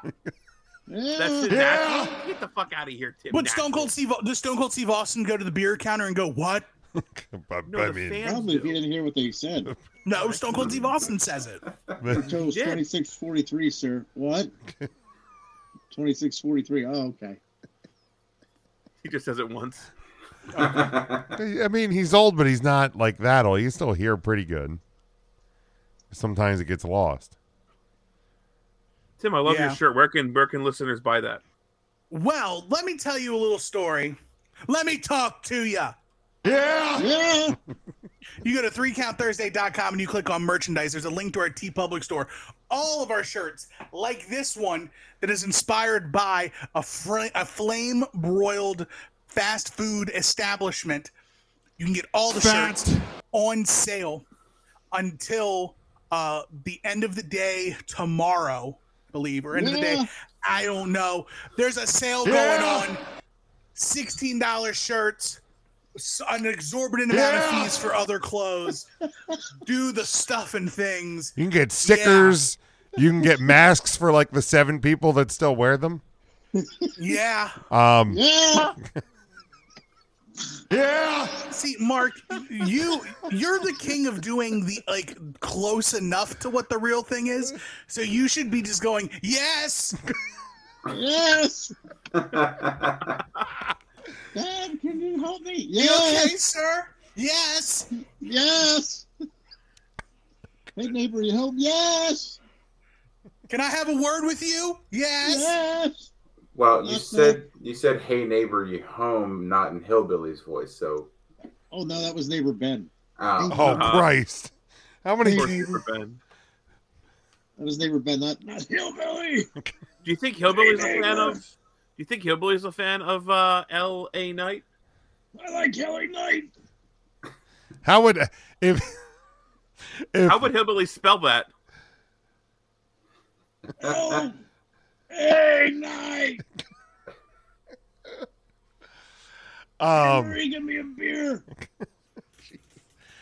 Speaker 6: Yeah.
Speaker 8: That's his natural. Get the fuck out of here, Tim.
Speaker 10: would Stone Cold
Speaker 8: Natural.
Speaker 10: Steve? Does Stone Cold Steve Austin go to the beer counter and go what?
Speaker 7: I,
Speaker 8: No,
Speaker 7: I
Speaker 8: the
Speaker 7: mean,
Speaker 8: fans
Speaker 6: Probably if you
Speaker 8: do.
Speaker 6: didn't hear what they said.
Speaker 10: No, Stone Cold Steve Austin says it.
Speaker 6: Total's
Speaker 8: did.
Speaker 6: 2643, sir. What? 2643. Oh, okay.
Speaker 8: He just says it once.
Speaker 7: I mean, he's old, but he's not like that old. You can still hear pretty good. Sometimes it gets lost.
Speaker 8: Tim, I love
Speaker 10: Yeah.
Speaker 8: your shirt. Where can where can listeners buy that?
Speaker 10: Well, let me tell you a little story. Let me talk to ya.
Speaker 4: Yeah.
Speaker 6: Yeah.
Speaker 10: You go to 3countthursday.com and you click on merchandise. There's a link to our T Public store. All of our shirts, like this one that is inspired by a, fr- a flame broiled fast food establishment. You can get all the shirts on sale until uh, the end of the day tomorrow, I believe, or end of the
Speaker 6: Yeah.
Speaker 10: day. I don't know. There's a sale going
Speaker 4: Yeah.
Speaker 10: on. $16 shirts, s- an exorbitant amount
Speaker 4: Yeah.
Speaker 10: of fees for other clothes. Do the stuff and things.
Speaker 7: You can get stickers. You can get masks for like the seven people that still wear them.
Speaker 10: Yeah.
Speaker 7: Um,
Speaker 6: Yeah.
Speaker 4: Yeah.
Speaker 10: See, Mark, you you're the king of doing the like close enough to what the real thing is. So you should be just going, yes.
Speaker 6: Yes. Dad, can you help me?
Speaker 10: You
Speaker 6: Yes.
Speaker 10: okay, sir? Yes.
Speaker 6: Yes. Hey neighbor, you help? Yes.
Speaker 10: Can I have a word with you? Yes.
Speaker 6: Yes.
Speaker 9: Well, you
Speaker 6: Okay.
Speaker 9: said you said "Hey neighbor, you home?" Not in hillbilly's voice. So,
Speaker 6: Oh no, that was neighbor Ben.
Speaker 9: uh,
Speaker 7: oh
Speaker 8: Uh-huh.
Speaker 7: Christ! How many?
Speaker 8: Or Super Ben.
Speaker 6: That was neighbor Ben, not, not hillbilly.
Speaker 8: Do you think Hillbilly's a fan of? Do you think Hillbilly's a fan of uh, L.A. Knight?
Speaker 6: I like Kelly Knight.
Speaker 7: How would if if
Speaker 8: How would Hillbilly spell that?
Speaker 6: Oh, hey Knight.
Speaker 7: um
Speaker 6: Hurry, give me a beer.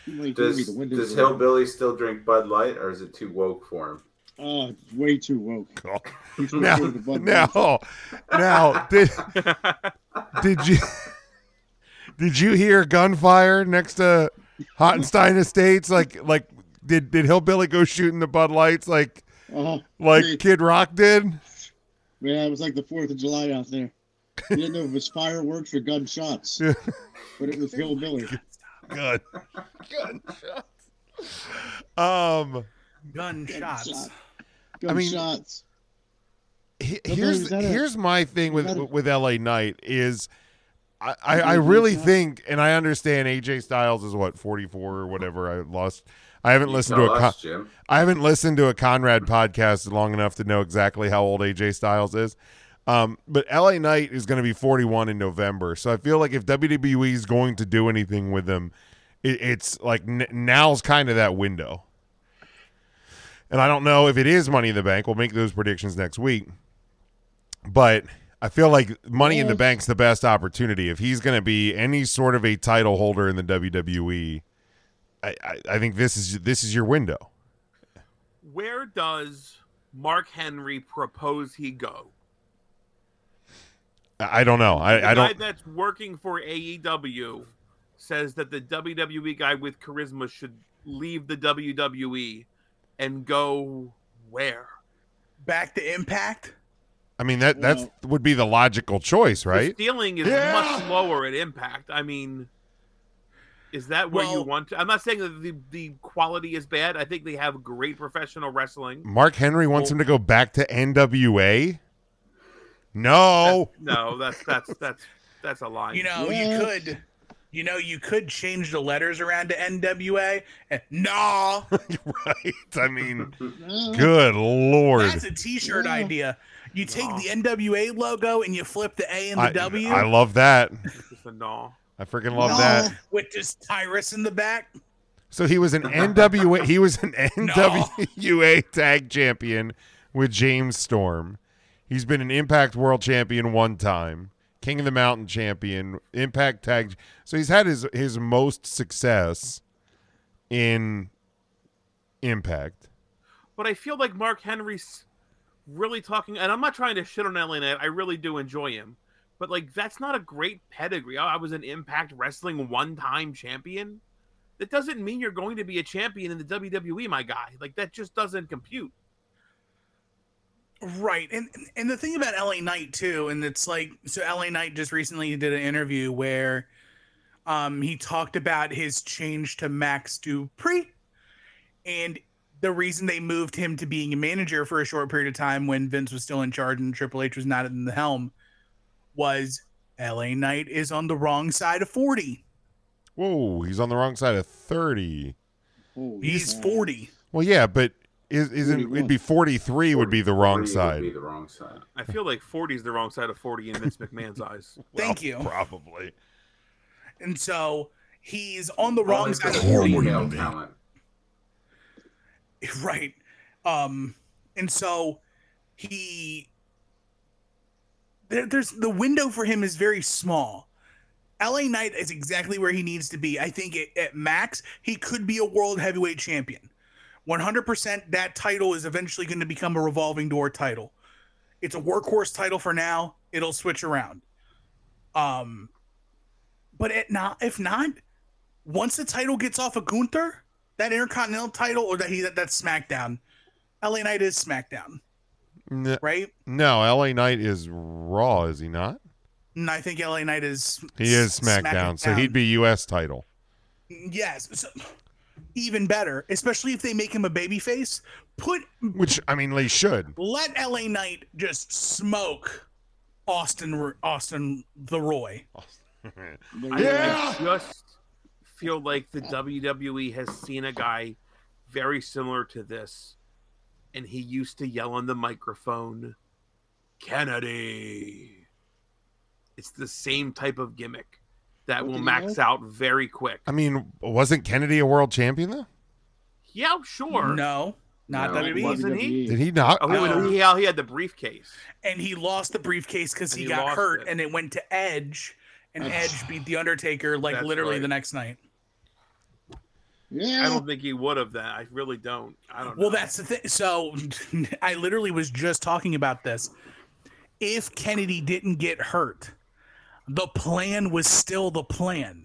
Speaker 6: Like,
Speaker 9: does
Speaker 6: maybe the windows
Speaker 9: does
Speaker 6: are open.
Speaker 9: hillbilly still drink Bud Light, or is it too woke for him?
Speaker 6: Oh, it's way too woke. He's
Speaker 7: now
Speaker 6: way too into Bud Light.
Speaker 7: now now did did you did you hear gunfire next to Hottenstein Estates? Like like did did hillbilly go shooting the Bud Lights like
Speaker 6: Uh-huh. Yeah.
Speaker 7: like Kid Rock did?
Speaker 6: Man, it was like the Fourth of July out there. You didn't know if it was fireworks or gunshots, but it was hillbilly.
Speaker 7: Good. Gunshots. Um
Speaker 10: Gunshots.
Speaker 7: I mean-
Speaker 6: Gunshots.
Speaker 7: he-
Speaker 6: Hillbilly,
Speaker 7: here's
Speaker 6: was that a-
Speaker 7: here's my thing with
Speaker 6: that a-
Speaker 7: with LA Knight is I, I, I
Speaker 6: Hillbilly, was
Speaker 7: really
Speaker 6: that-
Speaker 7: think and I understand AJ Styles is what 44 or whatever I lost I haven't
Speaker 9: You
Speaker 7: listened to
Speaker 9: tell
Speaker 7: a con-
Speaker 9: us, Jim.
Speaker 7: I haven't listened to a Conrad podcast long enough to know exactly how old AJ Styles is. Um, but LA Knight is going to be 41 in November. So I feel like if WWE is going to do anything with him, it, it's like n- now's kind of that window. And I don't know if it is Money in the Bank. We'll make those predictions next week. But I feel like Money in the
Speaker 6: Yeah.
Speaker 7: Bank's the best opportunity. If he's going to be any sort of a title holder in the WWE, I, I, I think this is this is your window.
Speaker 8: Where does Mark Henry propose he go?
Speaker 7: I I don't know.
Speaker 8: The
Speaker 7: I, I
Speaker 8: guy
Speaker 7: don't.
Speaker 8: that's working for AEW says that the WWE guy with charisma should leave the WWE and go where?
Speaker 10: Back to impact.
Speaker 7: I mean that that's would be the logical choice,
Speaker 8: The
Speaker 7: right?
Speaker 8: stealing is
Speaker 4: Yeah.
Speaker 8: much lower at Impact. I mean, is that where you
Speaker 10: Well-
Speaker 8: want to? I'm not saying that the, the quality is bad. I think they have great professional wrestling.
Speaker 7: Mark Henry wants him to go back to NWA. No,
Speaker 8: No, that's that's that's that's a lie.
Speaker 10: You know,
Speaker 6: Yeah.
Speaker 10: you could you know, you could change the letters around to NWA. And, Eh, nah.
Speaker 7: right? I mean,
Speaker 6: No.
Speaker 7: good lord.
Speaker 10: That's a T-shirt
Speaker 6: Yeah.
Speaker 10: idea. You take
Speaker 8: No.
Speaker 10: the NWA logo and you flip the A and the
Speaker 7: I,
Speaker 10: W
Speaker 7: I love that.
Speaker 8: It's just a no.
Speaker 7: I freaking love
Speaker 6: No.
Speaker 7: that.
Speaker 10: with just Tyrus in the back.
Speaker 7: So he was an NWA. He was an NWA tag champion with James Storm. He's been an Impact World Champion one time, King of the Mountain Champion, Impact Tag. So he's had his his most success in Impact.
Speaker 8: but I feel like Mark Henry's really talking, and I'm not trying to shit on LA Knight. I really do enjoy him, but like that's not a great pedigree. I I was an Impact Wrestling one-time champion. That doesn't mean you're going to be a champion in the WWE, my guy. Like that just doesn't compute.
Speaker 10: Right. And and the thing about LA Knight too, and it's like so LA Knight just recently did an interview where um he talked about his change to Max Dupree and the reason they moved him to being a manager for a short period of time when Vince was still in charge and Triple H was not in the helm was LA Knight is on the wrong side of 40.
Speaker 7: Whoa, he's on the wrong side of 30.
Speaker 6: Holy
Speaker 10: He's
Speaker 6: cow.
Speaker 10: 40.
Speaker 7: Well, yeah, but is, isn't it'd be 43 would be the wrong
Speaker 9: Three
Speaker 7: side.
Speaker 9: Would be the wrong side.
Speaker 8: I feel like 40 is the wrong side of 40 in Vince McMahon's eyes.
Speaker 10: Thank you.
Speaker 7: Probably.
Speaker 10: And so he's on the wrong
Speaker 9: Only
Speaker 10: side of
Speaker 9: the
Speaker 10: 40.
Speaker 9: female talent.
Speaker 10: Right. Um, and so he there, there's the window for him is very small. LA Knight is exactly where he needs to be. I think at, at max, he could be a world heavyweight champion. 100% that title is eventually going to become a revolving door title. It's a workhorse title for now. It'll switch around. Um, but at not, if not, once the title gets off of Gunther, that Intercontinental title or that he that, that's SmackDown. LA Knight is SmackDown,
Speaker 7: N-
Speaker 10: right?
Speaker 7: No, LA Knight is Raw, is he not?
Speaker 10: And I think LA Knight is
Speaker 7: He is SmackDown, so he'd be US title.
Speaker 10: yes, so- even better, especially if they make him a babyface. Put
Speaker 7: Which I mean, they should.
Speaker 10: let LA Knight just smoke Austin Ro- Austin the Roy.
Speaker 8: I, yeah! I just feel like the WWE has seen a guy very similar to this, and he used to yell on the microphone, Kennedy. It's the same type of gimmick that will
Speaker 6: did he
Speaker 8: max
Speaker 6: know?
Speaker 8: out very quick.
Speaker 7: I mean, wasn't Kennedy a world champion though?
Speaker 8: Yeah, sure.
Speaker 10: No, not E.
Speaker 9: No,
Speaker 10: WWE.
Speaker 8: wasn't he?
Speaker 6: E.
Speaker 7: Did he not?
Speaker 8: Oh, wait,
Speaker 10: No.
Speaker 8: he, had- he had the briefcase.
Speaker 10: and he lost the briefcase because
Speaker 8: And
Speaker 10: he,
Speaker 8: he
Speaker 10: got
Speaker 8: lost
Speaker 10: hurt,
Speaker 8: it.
Speaker 10: and it went to Edge, and
Speaker 7: Ugh.
Speaker 10: Edge beat the Undertaker like
Speaker 8: That's
Speaker 10: literally
Speaker 8: right.
Speaker 10: the next night.
Speaker 6: Yeah.
Speaker 8: I don't think he would have that. I really don't. I don't
Speaker 10: Well,
Speaker 8: know.
Speaker 10: that's the thing. So I literally was just talking about this. If Kennedy didn't get hurt, the plan was still the plan.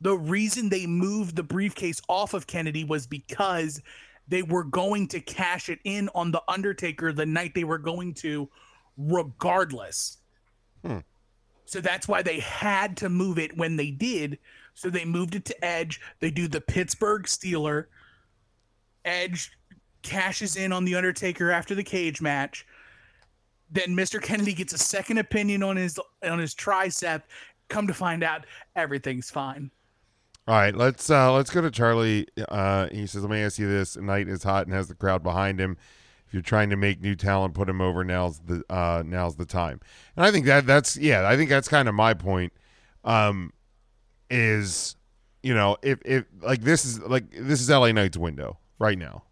Speaker 10: The reason they moved the briefcase off of Kennedy was because they were going to cash it in on The Undertaker the night they were going to, regardless. So that's why they had to move it when they did. So they moved it to Edge. They do the Pittsburgh Steeler. Edge cashes in on the Undertaker after the cage match. Then Mr. Kennedy gets a second opinion on his on his tricep. Come to find out, everything's fine.
Speaker 7: All right, let's uh, let's go to Charlie. Uh, he says, "Let me ask you this: Knight is hot and has the crowd behind him. If you're trying to make new talent, put him over. Now's the uh, now's the time." And I think that that's yeah, I think that's kind of my point. Um, is you know if if like this is like this is LA Knight's window right now.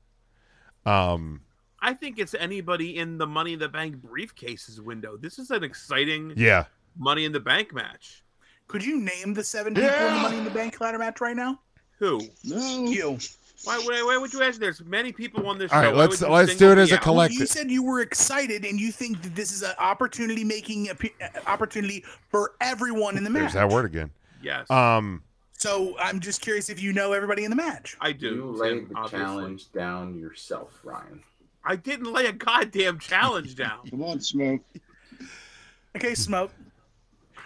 Speaker 7: Um,
Speaker 8: I think it's anybody in the Money in the Bank briefcases window. This is an exciting
Speaker 7: yeah,
Speaker 8: Money in the Bank match.
Speaker 10: Could you name the seven people in the Money in the Bank ladder match right now?
Speaker 8: Who?
Speaker 6: No.
Speaker 10: You.
Speaker 8: Why, why, why would you ask? There's many people on this
Speaker 7: All
Speaker 8: show.
Speaker 7: right,
Speaker 8: Why
Speaker 7: let's-
Speaker 8: would you
Speaker 7: let's
Speaker 8: single
Speaker 7: do it as
Speaker 8: me
Speaker 7: a
Speaker 8: out?
Speaker 7: collect- Elect
Speaker 10: you
Speaker 7: it.
Speaker 10: said you were excited and you think that this is an opportunity making uh, opportunity for everyone in the match.
Speaker 7: there's that word again.
Speaker 8: Yes,
Speaker 7: Um,
Speaker 10: So I'm just curious if you know everybody in the match.
Speaker 8: I
Speaker 9: You
Speaker 8: do.
Speaker 9: laid
Speaker 8: Tim,
Speaker 9: the
Speaker 8: obviously.
Speaker 9: challenge down yourself, Ryan.
Speaker 8: I didn't lay a goddamn challenge down.
Speaker 6: Come on, Smoke.
Speaker 10: Okay, Smoke.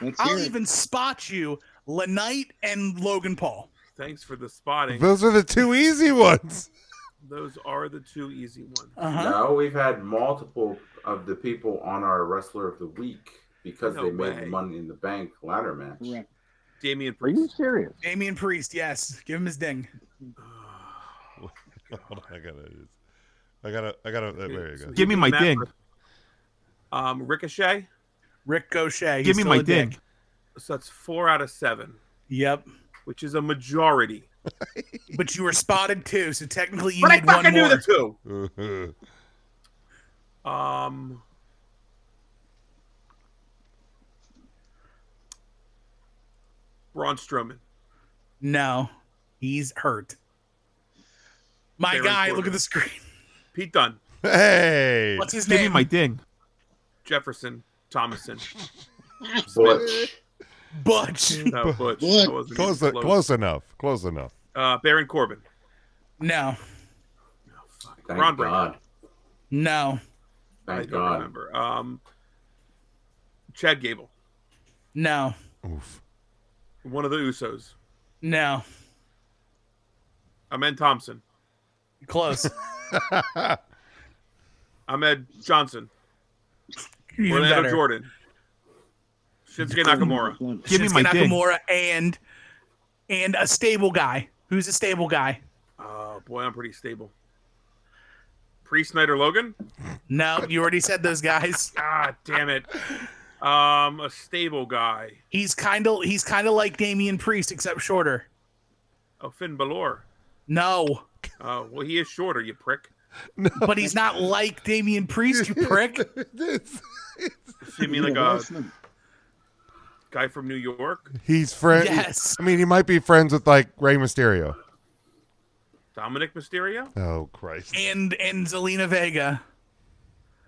Speaker 6: Let's hear
Speaker 10: I'll
Speaker 6: it.
Speaker 10: even spot you, Lanite and Logan Paul.
Speaker 8: Thanks for the spotting.
Speaker 7: those are the two easy ones.
Speaker 8: Those are the two easy ones.
Speaker 10: Uh-huh.
Speaker 9: No, we've had multiple of the people on our Wrestler of the Week because
Speaker 8: No
Speaker 9: they made
Speaker 8: way.
Speaker 9: the Money in the Bank ladder match.
Speaker 6: Correct.
Speaker 8: Damian Priest.
Speaker 11: serious?
Speaker 10: Damian Priest, yes. Give him his ding.
Speaker 7: Hold on, I gotta, I gotta, I gotta. There you go.
Speaker 8: So
Speaker 12: Give me
Speaker 8: he
Speaker 12: my
Speaker 8: beat Matt
Speaker 12: ding.
Speaker 8: Riff- Um, Ricochet.
Speaker 10: Rick Gaucher. he's
Speaker 12: Give me
Speaker 10: still
Speaker 12: my
Speaker 10: a
Speaker 12: ding.
Speaker 8: So that's four out of seven,
Speaker 10: Yep.
Speaker 8: which is a majority.
Speaker 10: But you were spotted too, so technically you
Speaker 8: But I
Speaker 10: need one
Speaker 8: fucking knew
Speaker 10: more.
Speaker 8: the two.
Speaker 7: All
Speaker 8: Um, Braun Strowman.
Speaker 10: No, he's hurt. My
Speaker 8: Baron
Speaker 10: guy, look
Speaker 8: Corbin.
Speaker 10: at the screen.
Speaker 8: Pete Dunne,
Speaker 7: Hey.
Speaker 10: What's his
Speaker 12: Give me
Speaker 10: name?
Speaker 12: my ding.
Speaker 8: Jefferson, Thomason,
Speaker 9: Butch,
Speaker 10: Butch.
Speaker 8: no,
Speaker 6: Butch.
Speaker 8: Butch. I wasn't even
Speaker 7: Close,
Speaker 8: close.
Speaker 7: close enough. Close enough.
Speaker 8: Uh, Baron Corbin.
Speaker 10: No,
Speaker 9: thank
Speaker 8: Ron Brown.
Speaker 9: God.
Speaker 10: no,
Speaker 8: I
Speaker 9: Thank
Speaker 8: don't
Speaker 9: God.
Speaker 8: remember. Um, Chad Gable,
Speaker 10: no,
Speaker 8: one of the Usos.
Speaker 10: no.
Speaker 8: Ahmed Thompson.
Speaker 10: Close.
Speaker 8: Ahmed Johnson.
Speaker 10: Even
Speaker 8: Orlando
Speaker 10: better.
Speaker 8: Jordan. Shinsuke Nakamura.
Speaker 6: One.
Speaker 12: Give me
Speaker 10: Shinsuke
Speaker 12: my ding.
Speaker 10: Nakamura and and a stable guy. Who's a stable guy?
Speaker 8: Oh boy, I'm pretty stable. Pre Snyder Logan.
Speaker 10: No, you already said those guys.
Speaker 8: Ah, damn it. Um, a stable guy.
Speaker 10: He's kind of he's kind of like Damian Priest except shorter.
Speaker 8: Oh, Finn Balor.
Speaker 10: No,
Speaker 8: Oh, well, he is shorter, you prick.
Speaker 10: but he's not like Damian Priest, you prick.
Speaker 8: You mean like
Speaker 9: Uh,
Speaker 8: a guy from New York,
Speaker 7: He's friends.
Speaker 10: Yes.
Speaker 7: I mean, he might be friends with like Rey Mysterio.
Speaker 8: Dominic Mysterio?
Speaker 7: Oh Christ.
Speaker 10: And and Zelina Vega.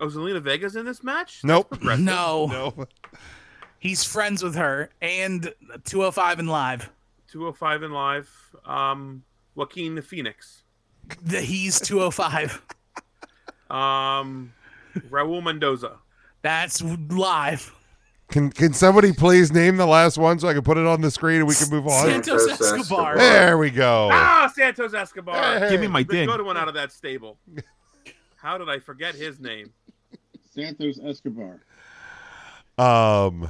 Speaker 8: Oh, Zelina Vega's in this match?
Speaker 7: Nope.
Speaker 10: No,
Speaker 7: No.
Speaker 10: he's friends with her and 205 and live.
Speaker 8: 205 and live. Um, Joaquin Phoenix.
Speaker 10: The, he's 205.
Speaker 8: Um, Raul Mendoza.
Speaker 10: That's live.
Speaker 7: Can Can somebody please name the last one so I can put it on the screen and we can move on?
Speaker 10: Santos
Speaker 9: Santos
Speaker 10: Escobar.
Speaker 9: Escobar.
Speaker 7: There we go.
Speaker 8: Ah, Santos Escobar.
Speaker 7: Hey.
Speaker 11: Give me my
Speaker 8: The
Speaker 11: ding.
Speaker 8: good one out of that stable. How did I forget his name?
Speaker 6: Santos Escobar.
Speaker 7: Um.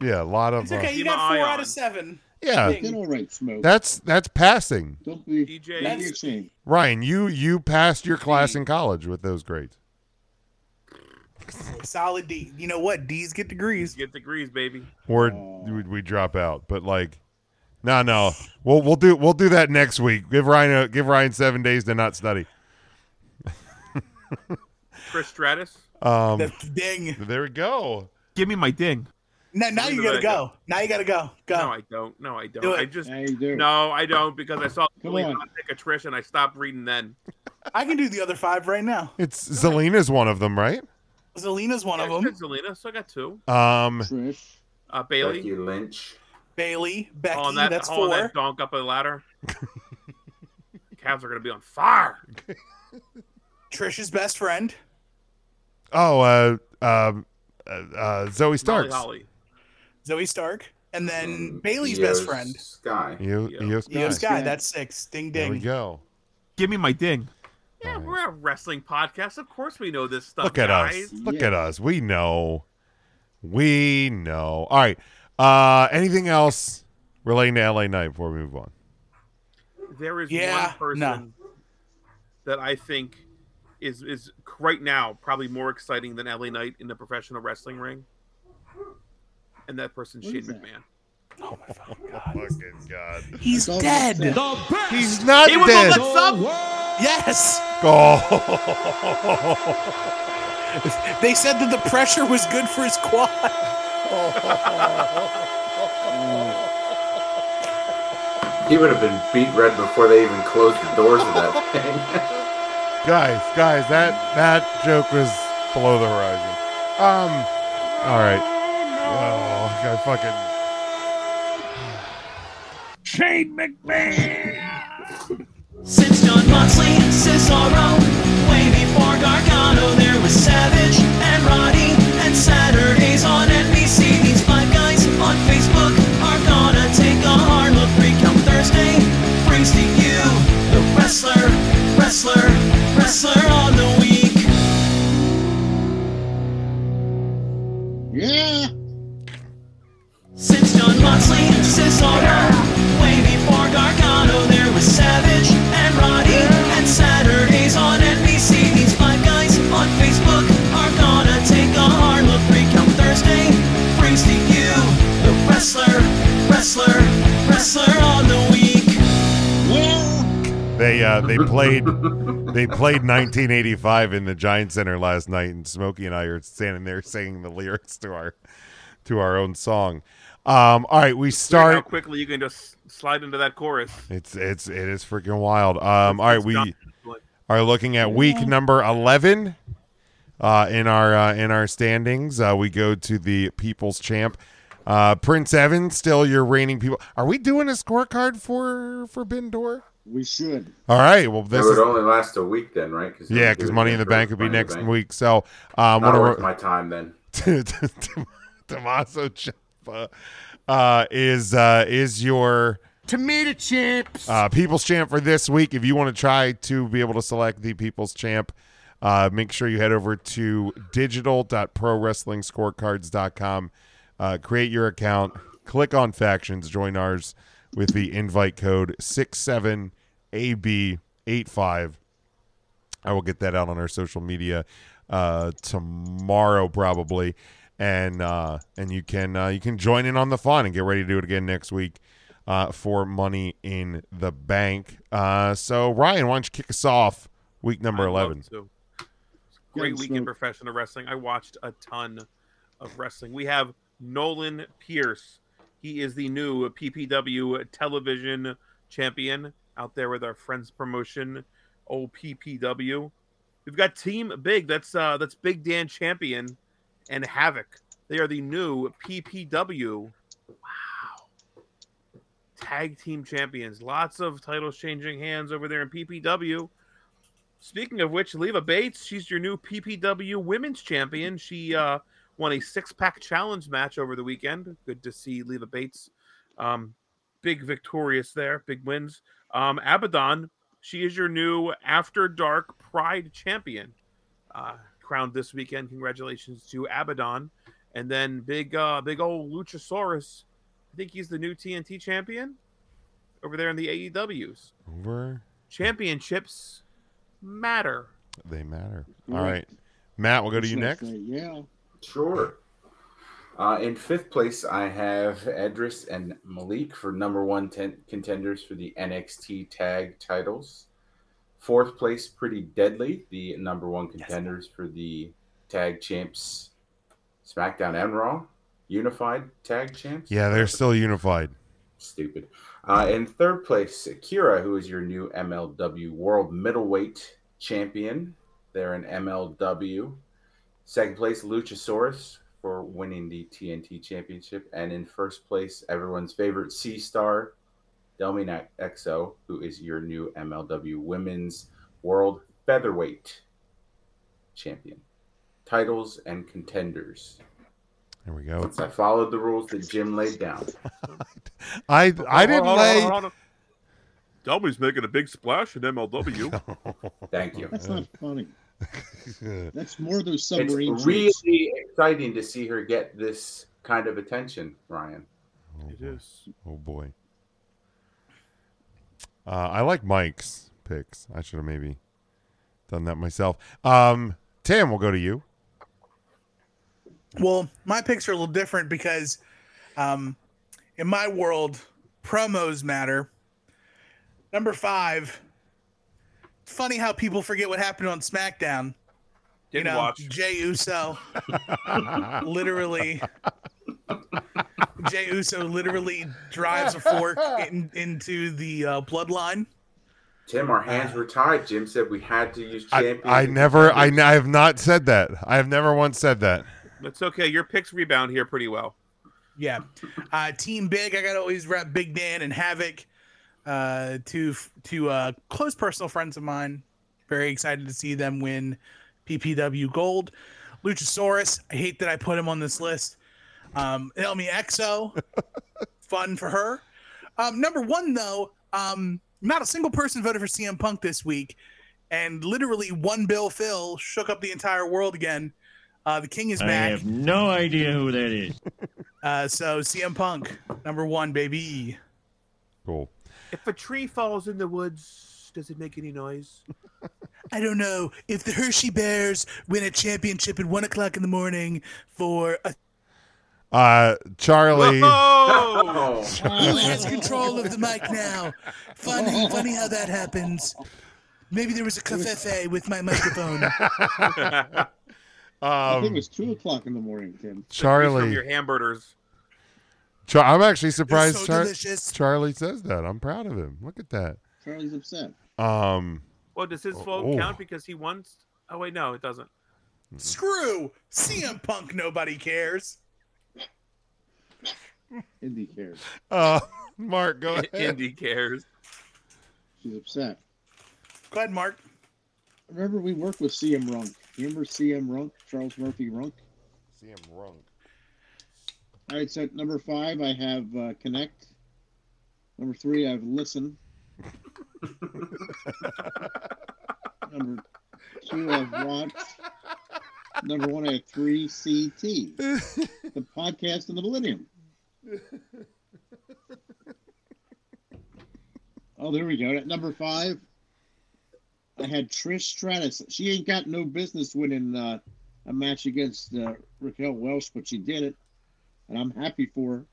Speaker 7: Yeah, a lot of.
Speaker 10: Ah! It's
Speaker 7: uh,
Speaker 10: okay. You
Speaker 8: Dima
Speaker 10: got four
Speaker 8: Ion.
Speaker 10: out of seven.
Speaker 7: yeah,
Speaker 6: Did all right, Smoke.
Speaker 7: that's that's passing.
Speaker 6: Don't be,
Speaker 8: DJ.
Speaker 6: don't be ashamed.
Speaker 7: Ryan, you you passed your class in college with those grades.
Speaker 10: Solid D. You know what? D's get degrees.
Speaker 8: Get degrees, baby.
Speaker 7: or we, we drop out. But like, no, no, we'll we'll do we'll do that next week. Give Ryan a, give Ryan seven days to not study.
Speaker 8: Chris Stratus.
Speaker 7: Um,
Speaker 10: The ding.
Speaker 7: there we go.
Speaker 11: Give me my ding.
Speaker 10: Now, now you gotta go. Now you gotta go. Go.
Speaker 8: No, I don't. No, I don't.
Speaker 10: Do it.
Speaker 8: I just.
Speaker 6: Now you do.
Speaker 8: No, I don't because I saw
Speaker 6: Come
Speaker 8: Lily
Speaker 6: on.
Speaker 8: Hot take a Trish and I stopped reading then.
Speaker 10: I can do the other five right now.
Speaker 7: It's Zelina's one of them, right?
Speaker 10: Zelina's one
Speaker 8: Yeah,
Speaker 10: of them.
Speaker 8: good, Zelina, so I got two.
Speaker 7: Um,
Speaker 6: Trish.
Speaker 8: Uh, Bailey.
Speaker 9: Becky Lynch.
Speaker 10: Bailey, Becky.
Speaker 8: on that,
Speaker 10: that's
Speaker 8: hauling
Speaker 10: four.
Speaker 8: that donk up a ladder. Cavs are gonna be on fire.
Speaker 10: Trish's best friend.
Speaker 7: oh, uh, um, uh, uh, Zoe
Speaker 8: Molly
Speaker 7: Starks.
Speaker 8: Holly.
Speaker 10: Zoe Stark, and then
Speaker 9: um,
Speaker 10: Bailey's
Speaker 9: Io
Speaker 10: best friend,
Speaker 9: Sky.
Speaker 7: You,
Speaker 8: Yeah.
Speaker 7: you
Speaker 10: Io E
Speaker 7: guys.
Speaker 10: Sky. That's six. Ding
Speaker 7: E There we
Speaker 10: ding.
Speaker 7: go.
Speaker 11: Give me my ding.
Speaker 8: Yeah,
Speaker 7: All right.
Speaker 8: we're a wrestling podcast. Of course we know this stuff.
Speaker 7: Look at
Speaker 8: guys.
Speaker 7: us. Look at us. We know. We know. All right. Uh, anything else relating to LA Night before we move on?
Speaker 8: There is
Speaker 10: Yeah,
Speaker 8: one person
Speaker 10: no.
Speaker 8: that I think is is right now probably more exciting than LA Knight in the professional wrestling ring. And that person's Shane
Speaker 6: is that?
Speaker 8: McMahon.
Speaker 7: Fucking God.
Speaker 10: He's
Speaker 6: Don't
Speaker 10: dead.
Speaker 6: upset.
Speaker 7: He's not
Speaker 8: He was on
Speaker 7: dead.
Speaker 8: What's Up?
Speaker 10: Yes.
Speaker 7: Oh.
Speaker 10: They said that the pressure was good for his quad.
Speaker 9: He would have been beat red before they even closed the doors of that thing.
Speaker 7: guys, guys, that that joke was below the horizon. Um, all right. Oh, God, fucking.
Speaker 3: Since John Moxley and Cesaro, way before Gargano, there was Savage and Roddy and Saturdays on NBC. These five guys on Facebook are gonna take a hard look. Freak Out Thursday brings to you the wrestler, wrestler, wrestler on the week.
Speaker 6: Yeah.
Speaker 3: Since John Moxley and Cesaro, way before Gargano, there was Savage and Roddy and Saturdays on NBC. These five guys on Facebook are gonna take a hard look. Recount Thursday brings to you the wrestler, wrestler, wrestler on the week.
Speaker 7: They uh, they played they played 1985 in the Giant Center last night, and Smokey and I are standing there singing the lyrics to our to our own song. Um, all right, we
Speaker 8: Sorry. How
Speaker 7: start.
Speaker 8: quickly you can just slide into that chorus.
Speaker 7: It's it's it is freaking wild. Um, all right, we.
Speaker 8: John-
Speaker 7: are looking at week number 11 uh, in our uh, in our standings. Uh, we go to the People's Champ. Uh, Prince Evan, still your reigning people. Are we doing a scorecard for for Bindor?
Speaker 6: We should.
Speaker 7: All right. Well,
Speaker 9: It
Speaker 7: this
Speaker 9: would
Speaker 7: is
Speaker 9: only last a week then, right? Cause
Speaker 7: yeah, because Money in the Bank would be next week. So um,
Speaker 9: Not
Speaker 7: want
Speaker 9: worth my time then.
Speaker 7: to Tommaso Ciampa uh, is uh, is your
Speaker 3: Tomato chips.
Speaker 7: Uh, People's Champ for this week. If you want to try to be able to select the People's Champ, uh, make sure you head over to digital.prowrestlingscorecards.com. Uh, create your account, click on factions, join ours. with the invite code 67AB85. I will get that out on our social media uh, tomorrow probably, and uh, and you can uh, you can join in on the fun and get ready to do it again next week uh, for Money in the Bank. Uh, so Ryan, why don't you kick us off week number
Speaker 8: I love
Speaker 7: eleven?
Speaker 8: to. Great
Speaker 6: Getting
Speaker 8: weekend
Speaker 6: smoked.
Speaker 8: professional wrestling. I watched a ton of wrestling. We have Nolan Pierce. He is the new PPW television champion out there with our friends promotion, OPPW. We've got Team Big. That's uh that's Big Dan Champion and Havoc. They are the new PPW. Wow. Tag team champions. Lots of titles changing hands over there in PPW. Speaking of which, Leva Bates, she's your new PPW Women's Champion. She uh, won a six-pack challenge match over the weekend. Good to see Leva Bates, um, big victorious there, big wins. Um, Abaddon, she is your new After Dark Pride Champion, uh, crowned this weekend. Congratulations to Abaddon, and then big, uh, big old Luchasaurus. I think he's the new TNT Champion over there in the AEWs.
Speaker 7: Over
Speaker 8: Championships matter.
Speaker 7: they matter.
Speaker 6: All
Speaker 7: All
Speaker 6: right.
Speaker 7: right, Matt, we'll go to you
Speaker 6: Let's
Speaker 7: next.
Speaker 6: not say, yeah.
Speaker 9: Sure. Uh, in fifth place, I have Edris and Malik for number one ten- contenders for the NXT tag titles. Fourth place, Pretty Deadly, the number one contenders for the tag champs SmackDown and Raw. Unified tag champs?
Speaker 7: Yeah, they're still unified.
Speaker 9: Stupid. Uh, in third place, Akira, who is your new MLW World Middleweight Champion. They're in MLW. Second place, Luchasaurus for winning the TNT Championship. And in first place, everyone's favorite C Star, Delminac XO, who is your new MLW Women's World Featherweight Champion. Titles and contenders.
Speaker 7: There we go.
Speaker 9: So I followed the rules that Jim laid down.
Speaker 7: I I didn't
Speaker 8: Hold on, hold on,
Speaker 7: lay.
Speaker 8: hold on, hold on. Delmy's making a big splash in MLW.
Speaker 9: Thank you.
Speaker 6: That's not funny. That's more those submarine.
Speaker 9: It's
Speaker 6: troops.
Speaker 9: really exciting to see her get this kind of attention, Ryan.
Speaker 8: it is.
Speaker 7: Oh boy. Uh, I like Mike's picks. I should have maybe done that myself. Um, Tim, we'll go to you.
Speaker 10: Well, my picks are a little different because, um, in my world, promos matter. Number five. It's funny how people forget what happened on SmackDown.
Speaker 8: Didn't
Speaker 10: you know,
Speaker 8: watch.
Speaker 10: Jay Uso literally Jay Uso literally drives a fork in, into the uh, bloodline.
Speaker 9: Tim, our hands were tied. Jim said we had to use
Speaker 7: I,
Speaker 9: champion.
Speaker 7: I never, I, n- I have not said that. I have never once said that.
Speaker 8: That's okay. Your picks rebound here pretty well.
Speaker 10: Yeah. Uh, Team Big, I got to always rep Big Dan and Havoc. Uh, two two uh, close personal friends of mine. Very excited to see them win PPW Gold. Luchasaurus, I hate that I put him on this list. Um, Elmi Exo, fun for her. Um, number one, though, um, not a single person voted for CM Punk this week. And literally one Bill Phil shook up the entire world again. Uh, the King is back.
Speaker 12: no idea who that is.
Speaker 10: Uh, so CM Punk, number one, baby.
Speaker 7: Cool.
Speaker 8: If a tree falls in the woods, does it make any noise?
Speaker 10: I don't know if the Hershey Bears win a championship at one o'clock in the morning for a,
Speaker 7: Uh, Charlie,
Speaker 8: Oh,
Speaker 9: Oh,
Speaker 10: who has control of the mic now. Funny, funny how that happens. Maybe there was a cafefe with my microphone.
Speaker 6: I think it
Speaker 7: um,
Speaker 6: was two o'clock in the morning, Tim.
Speaker 8: From your
Speaker 7: Charlie.
Speaker 8: hamburgers.
Speaker 7: Char- I'm actually surprised.
Speaker 10: so
Speaker 7: Char-
Speaker 10: delicious.
Speaker 7: Charlie says that. I'm proud of him. Look at that.
Speaker 6: Charlie's upset.
Speaker 7: Um,
Speaker 8: Well, does his vote
Speaker 7: Oh.
Speaker 8: count because he won? Oh wait, no, it doesn't.
Speaker 10: Screw CM Punk. Nobody cares.
Speaker 6: Indy cares.
Speaker 7: uh, Mark, go ahead.
Speaker 8: Indy cares.
Speaker 6: She's upset.
Speaker 10: Go ahead, Mark.
Speaker 6: Remember, we worked with CM Runk. Remember CM Runk, Charles Murphy Runk.
Speaker 7: See him wrong.
Speaker 6: All right, so at number five, I have uh, Connect. Number three, I have Listen. number two, I have Watch. Number one, I have 3CT, the podcast of the millennium. Oh, there we go. At number five, I had Trish Stratus. She ain't got no business winning uh, a match against uh, Raquel Welsh, but she did it, and I'm happy for her.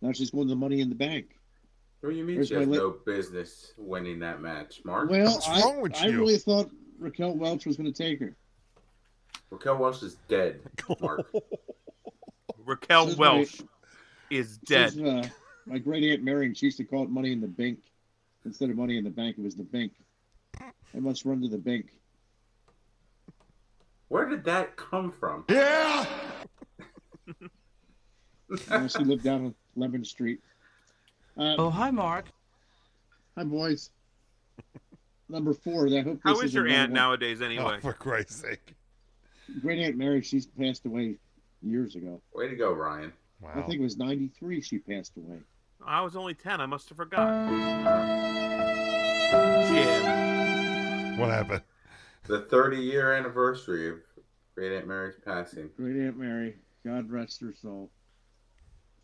Speaker 6: Now she's going to Money in the Bank.
Speaker 9: What do you mean
Speaker 6: Where's
Speaker 9: she
Speaker 6: my
Speaker 9: has
Speaker 6: lip?
Speaker 9: no business winning that match, Mark?
Speaker 6: Well, I, I really thought Raquel Welch was going to take her.
Speaker 9: Raquel Welsh is dead, Mark.
Speaker 8: Raquel
Speaker 6: Says my-
Speaker 8: Welsh is dead.
Speaker 6: Says, uh, my great aunt Mary, and she used to call it Money in the Bank instead of Money in the Bank. It was the Bank. I must run to the bank.
Speaker 9: Where did that come from?
Speaker 4: Yeah.
Speaker 6: And she lived down on Lemon Street. Uh,
Speaker 13: Oh, hi, Mark.
Speaker 6: Hi, boys. Number four. I hope.
Speaker 8: How
Speaker 6: this
Speaker 8: is your
Speaker 6: another
Speaker 8: aunt
Speaker 6: one.
Speaker 8: nowadays anyway?
Speaker 7: Oh, for Christ's sake.
Speaker 6: Great aunt Mary, she's passed away years ago.
Speaker 9: Way to go, Ryan.
Speaker 6: I think it was '93. She passed away.
Speaker 8: I was only 10. I must have forgot.
Speaker 7: Uh.
Speaker 8: Yeah.
Speaker 7: What happened?
Speaker 9: The 30 year anniversary of Great Aunt Mary's passing.
Speaker 6: Great Aunt Mary, God rest her soul.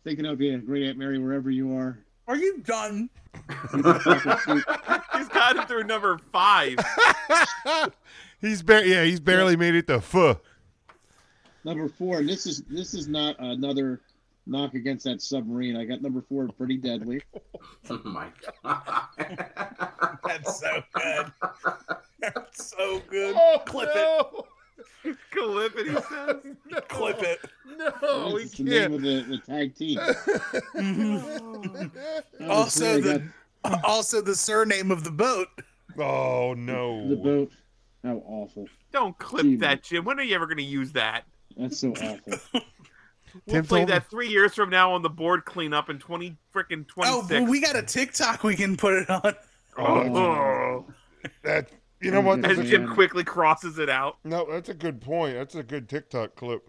Speaker 6: Thinking of you, Great Aunt Mary, wherever you are.
Speaker 10: Are you done?
Speaker 8: He's got it through number five.
Speaker 7: He's bar- yeah, he's barely made it to fuh.
Speaker 6: Number four, and this is this is not another knock against that submarine. I got number four, pretty deadly.
Speaker 9: Oh my god.
Speaker 10: That's so good. That's so good. Clip
Speaker 8: Clip it, he says.
Speaker 10: it. Clip it.
Speaker 7: No,
Speaker 6: it's the name of the, the tag team. Number
Speaker 10: Also
Speaker 6: three, I
Speaker 10: the also the surname of the boat.
Speaker 7: Oh
Speaker 6: got the
Speaker 7: no.
Speaker 6: boat. How awful!
Speaker 8: Don't clip that, Jim. When are you ever going to use that?
Speaker 6: That's so awful.
Speaker 8: We'll
Speaker 7: Tim
Speaker 8: play
Speaker 7: told
Speaker 8: that three years from now on the board cleanup in 20 freaking 26.
Speaker 10: Oh, well, we got a TikTok we can put it on.
Speaker 8: Oh.
Speaker 7: That you know what?
Speaker 8: As
Speaker 7: That's a-
Speaker 8: Jim quickly crosses it out.
Speaker 7: no, that's a good point. That's a good TikTok clip.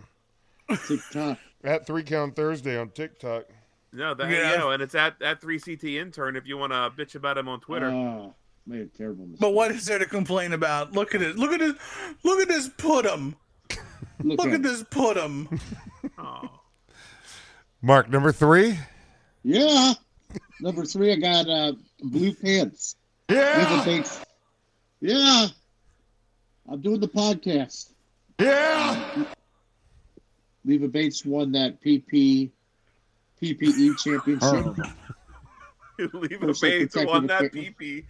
Speaker 6: TikTok.
Speaker 7: At three count Thursday on TikTok.
Speaker 8: No, that,
Speaker 10: Yeah.
Speaker 8: you know, and it's at, at 3CT intern if you want to bitch about him on Twitter.
Speaker 6: Ah, made a terrible mistake.
Speaker 10: But what is there to complain about? Look at it. Look at it. Look at this put 'em.
Speaker 6: Look,
Speaker 10: Look at
Speaker 6: this.
Speaker 10: this put 'em.
Speaker 8: Oh.
Speaker 7: Mark number three.
Speaker 6: Yeah. Number three, I got uh, blue pants. Never
Speaker 4: Yeah.
Speaker 6: thinks- yeah. I'm doing the podcast.
Speaker 4: Yeah.
Speaker 6: Leva Bates won that PP PPE E
Speaker 4: Oh.
Speaker 6: championship.
Speaker 8: Leave a
Speaker 6: Looks like
Speaker 8: face
Speaker 6: detective
Speaker 8: on that
Speaker 6: equipment.
Speaker 8: PP.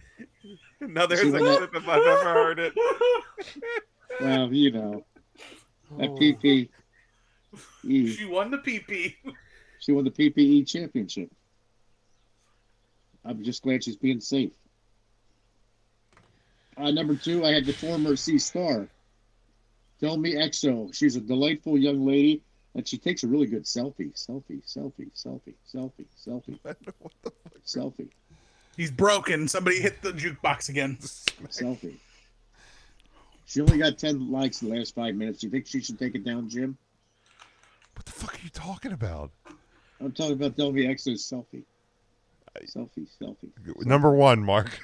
Speaker 8: Now there's
Speaker 6: She
Speaker 8: a
Speaker 6: went up-
Speaker 8: clip if I've ever heard it.
Speaker 6: well, you know, that
Speaker 4: Oh.
Speaker 6: E. PPE.
Speaker 10: She won the PP.
Speaker 6: She won the PPE championship. I'm just glad she's being safe. Uh, number two, I had the former C star. Tell me EXO. She's a delightful young lady, and she takes a really good selfie. Selfie, selfie, selfie, selfie, selfie. Selfie,
Speaker 10: He's broken. Somebody hit the jukebox again.
Speaker 6: selfie. She only got 10 likes in the last five minutes. Do you think she should take it down, Jim?
Speaker 7: What the fuck are you talking about?
Speaker 6: I'm talking about Tell me EXO's selfie. Selfie, selfie.
Speaker 7: Number one, Mark.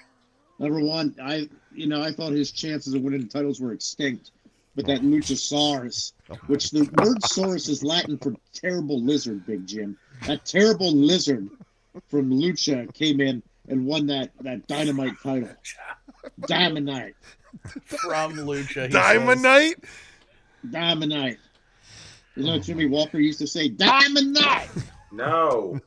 Speaker 6: Number one, I you know I thought his chances of winning the titles were extinct, but that Luchasaurus, which the word "saurus" is Latin for terrible lizard, Big Jim, that terrible lizard from Lucha came in and won that that dynamite title. Dynamite,
Speaker 10: From Lucha. he
Speaker 7: Diamond
Speaker 10: says.
Speaker 7: Night.
Speaker 6: dynamite. You know, Jimmy Walker used to say, "Dynamite."
Speaker 9: No.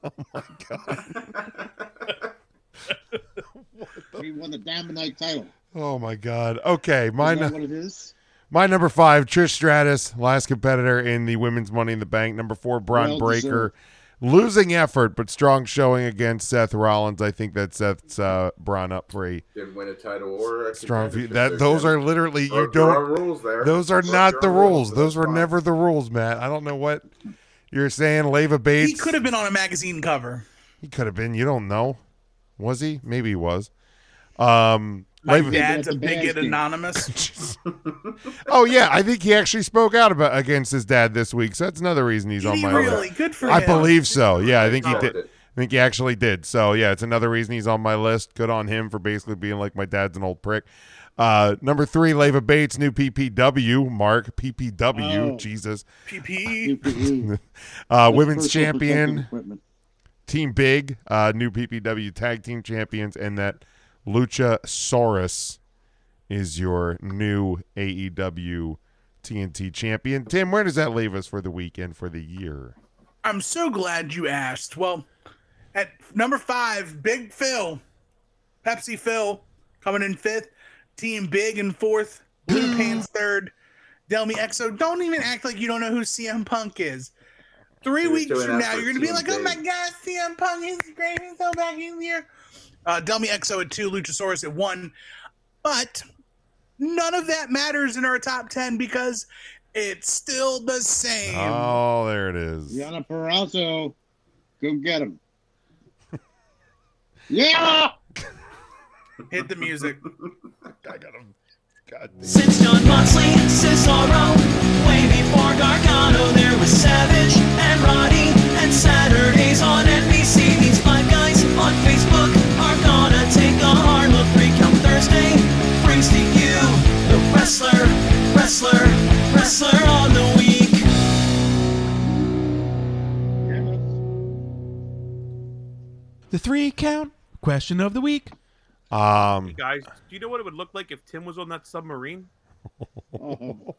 Speaker 6: He won the dynamite title.
Speaker 7: Oh my God. Okay,
Speaker 6: Is
Speaker 7: my
Speaker 6: that
Speaker 7: nu-
Speaker 6: what it is?
Speaker 7: my number five, Trish Stratus, last competitor in the Women's Money in the Bank. Number four, Braun
Speaker 6: Well
Speaker 7: Breaker, losing effort but strong showing against Seth Rollins. I think that sets uh, Braun up for a
Speaker 9: Didn't win a title or a
Speaker 7: strong view.
Speaker 9: contendership there,
Speaker 7: That those
Speaker 9: Jim.
Speaker 7: are literally
Speaker 9: Broke
Speaker 7: you
Speaker 9: your
Speaker 7: don't.
Speaker 9: own rules there.
Speaker 7: Those are
Speaker 9: Broke
Speaker 7: not
Speaker 9: your
Speaker 7: the
Speaker 9: own
Speaker 7: rules.
Speaker 9: so
Speaker 7: Those
Speaker 9: that's
Speaker 7: were
Speaker 9: fine.
Speaker 7: never the rules, Matt. I don't know what you're saying. Leva Bates.
Speaker 10: He could have been on a magazine cover.
Speaker 7: He could have been. You don't know. Was he? Maybe he was. Um,
Speaker 10: My
Speaker 7: Leva-
Speaker 10: dad's a
Speaker 6: That's a bad
Speaker 10: bigot
Speaker 6: thing.
Speaker 10: anonymous.
Speaker 7: oh yeah, I think he actually spoke out about against his dad this week. So that's another reason he's
Speaker 10: Did
Speaker 7: on
Speaker 10: he
Speaker 7: my list.
Speaker 10: really? Good for
Speaker 7: I
Speaker 10: him.
Speaker 7: believe so. Yeah, I think he
Speaker 9: Solid
Speaker 7: did.
Speaker 9: it.
Speaker 7: I think he actually did. So yeah, it's another reason he's on my list. Good on him for basically being like my dad's an old prick. Uh, number three, Leva Bates, new PPW, Mark PPW,
Speaker 6: Oh.
Speaker 7: Jesus,
Speaker 10: PP.
Speaker 6: PPE.
Speaker 7: uh,
Speaker 6: That's
Speaker 7: women's
Speaker 6: personal protective
Speaker 7: champion.
Speaker 6: equipment.
Speaker 7: Team Big, uh, new PPW Tag Team Champions, and that Luchasaurus is your new E AEW TNT Champion. Tim, where does that leave us for the weekend for the year?
Speaker 10: I'm so glad you asked. Well, at number five, Big Phil, Pepsi Phil coming in fifth, Team Big in fourth, Blue Pants third, Delmi Exo. Don't even act like you don't know who CM Punk is. Three
Speaker 9: He was
Speaker 10: weeks
Speaker 9: doing
Speaker 10: from
Speaker 9: that
Speaker 10: now,
Speaker 9: for
Speaker 10: you're gonna be
Speaker 9: Team
Speaker 10: like, "Oh
Speaker 9: Big.
Speaker 10: my God, CM Punk is great! He's so back in here." Uh, Delmi Exo at two, Luchasaurus at one, but none of that matters in our top ten because it's still the same.
Speaker 7: Oh, there it is.
Speaker 6: Yana Perazzo, go get him. yeah.
Speaker 10: Hit the music.
Speaker 7: I got him. God
Speaker 3: Since John Moxley and Cesaro, way before Gargano, there was Savage and Roddy, and Saturdays on NBC. These five guys on Facebook are gonna take a hard look. Three count Thursday brings to you the wrestler, wrestler, wrestler on the week.
Speaker 11: The three count question of the week.
Speaker 7: Um,
Speaker 8: Guys, do you know what it would look like if Tim was on that submarine?
Speaker 6: Oh.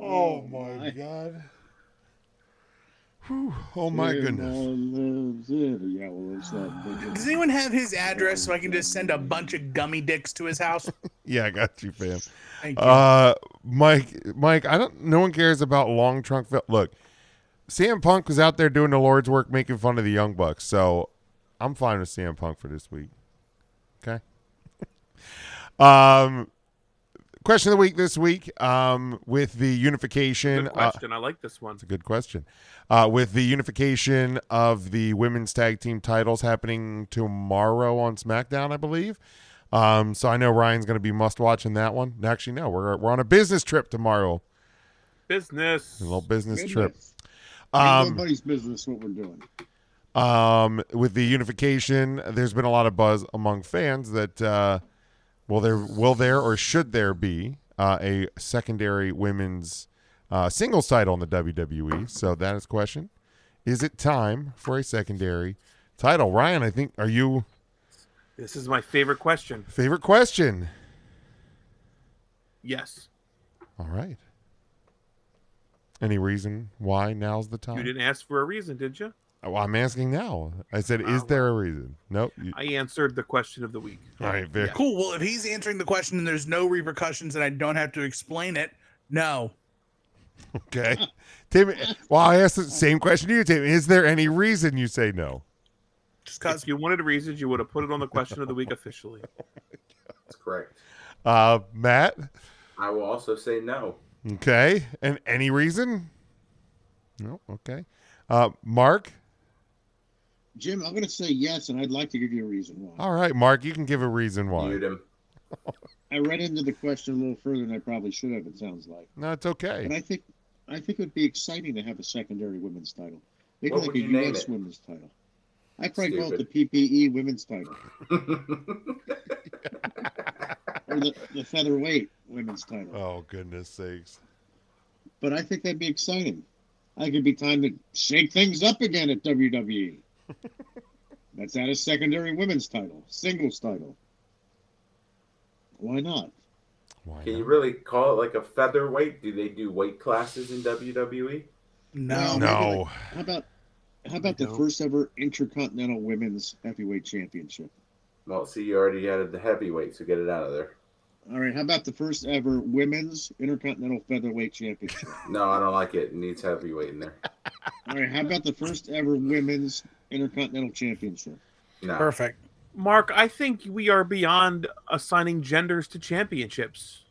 Speaker 7: Oh my god. Oh my goodness.
Speaker 6: Yeah, well, it's that big-
Speaker 10: Does anyone have his address so I can just send a bunch of gummy dicks to his house?
Speaker 7: Yeah, I got you, fam.
Speaker 10: Thank you.
Speaker 7: Uh, Mike, Mike, I don't. No one cares about long trunk. Phil. Look, Sam Punk was out there doing the Lord's work, making fun of the Young Bucks. So I'm fine with Sam Punk for this week. Okay. um, question of the week this week. Um, with the unification.
Speaker 8: Good
Speaker 7: uh,
Speaker 8: question. I like this one.
Speaker 7: That's a good question. Uh, with the unification of the women's tag team titles happening tomorrow on SmackDown, I believe. Um, so I know Ryan's going to be must watching that one. Actually, no, we're we're on a business trip tomorrow.
Speaker 8: Business.
Speaker 7: A little business trip.
Speaker 6: Goodness. Ain't
Speaker 7: Um,
Speaker 6: nobody's business what we're doing.
Speaker 7: um, with the unification, there's been a lot of buzz among fans that uh, will there will there or should there be uh, a secondary women's uh, singles title in the WWE? So that is question. Is it time for a secondary title? Ryan, I think are you
Speaker 8: This is my favorite question.
Speaker 7: favorite question?
Speaker 8: Yes.
Speaker 7: All right. Any reason why now's the
Speaker 8: You
Speaker 7: time?
Speaker 8: didn't ask for a reason, did you?
Speaker 7: Oh, I'm asking now. I said, is there a reason? Nope. You-
Speaker 8: I answered the question of the week.
Speaker 7: all right, very
Speaker 10: cool. Well, if he's answering the question and there's no repercussions and I don't have to explain it, no.
Speaker 7: Okay. Tim, well, I asked the same question to you, Tim. Is there any reason you say no?
Speaker 10: Just cause
Speaker 8: If you wanted reasons, you would have put it on the question of the week officially.
Speaker 9: That's correct.
Speaker 7: Uh, Matt?
Speaker 9: I will also say no.
Speaker 7: Okay. And any reason? No. Okay. Uh, Mark?
Speaker 6: Jim, I'm going to say yes, and I'd like to give you a reason why.
Speaker 7: All right, Mark, you can give a reason why.
Speaker 9: Mute him.
Speaker 6: I read into the question a little further than I probably should have. It sounds like,
Speaker 7: No, it's
Speaker 6: but
Speaker 7: okay.
Speaker 6: I think, I think it would be exciting to have a secondary women's title. Maybe
Speaker 9: What
Speaker 6: like
Speaker 9: would
Speaker 6: a
Speaker 9: you name
Speaker 6: U.S.
Speaker 9: it?
Speaker 6: women's title. I probably call it
Speaker 9: Stupid.
Speaker 6: the PPE women's title or the, the featherweight women's title.
Speaker 7: Oh, goodness sakes.
Speaker 6: But I think that'd be exciting. I think it'd be time to shake things up again at WWE. That's out a secondary women's title, singles title. Why not?
Speaker 7: Why
Speaker 9: Can you
Speaker 7: not?
Speaker 9: really call it like a featherweight? Do they do weight classes in E? WWE?
Speaker 10: no.
Speaker 6: maybe
Speaker 7: No.
Speaker 6: like- how about how about the first ever intercontinental women's heavyweight championship?
Speaker 9: Well, see, you already had the heavyweight, so get it out of there.
Speaker 6: All right, how about the first ever women's intercontinental featherweight championship?
Speaker 9: No, I don't like it. It needs heavyweight in there.
Speaker 6: All right, how about the first ever women's intercontinental championship?
Speaker 9: No.
Speaker 10: Perfect.
Speaker 8: Mark, I think we are beyond assigning genders to championships.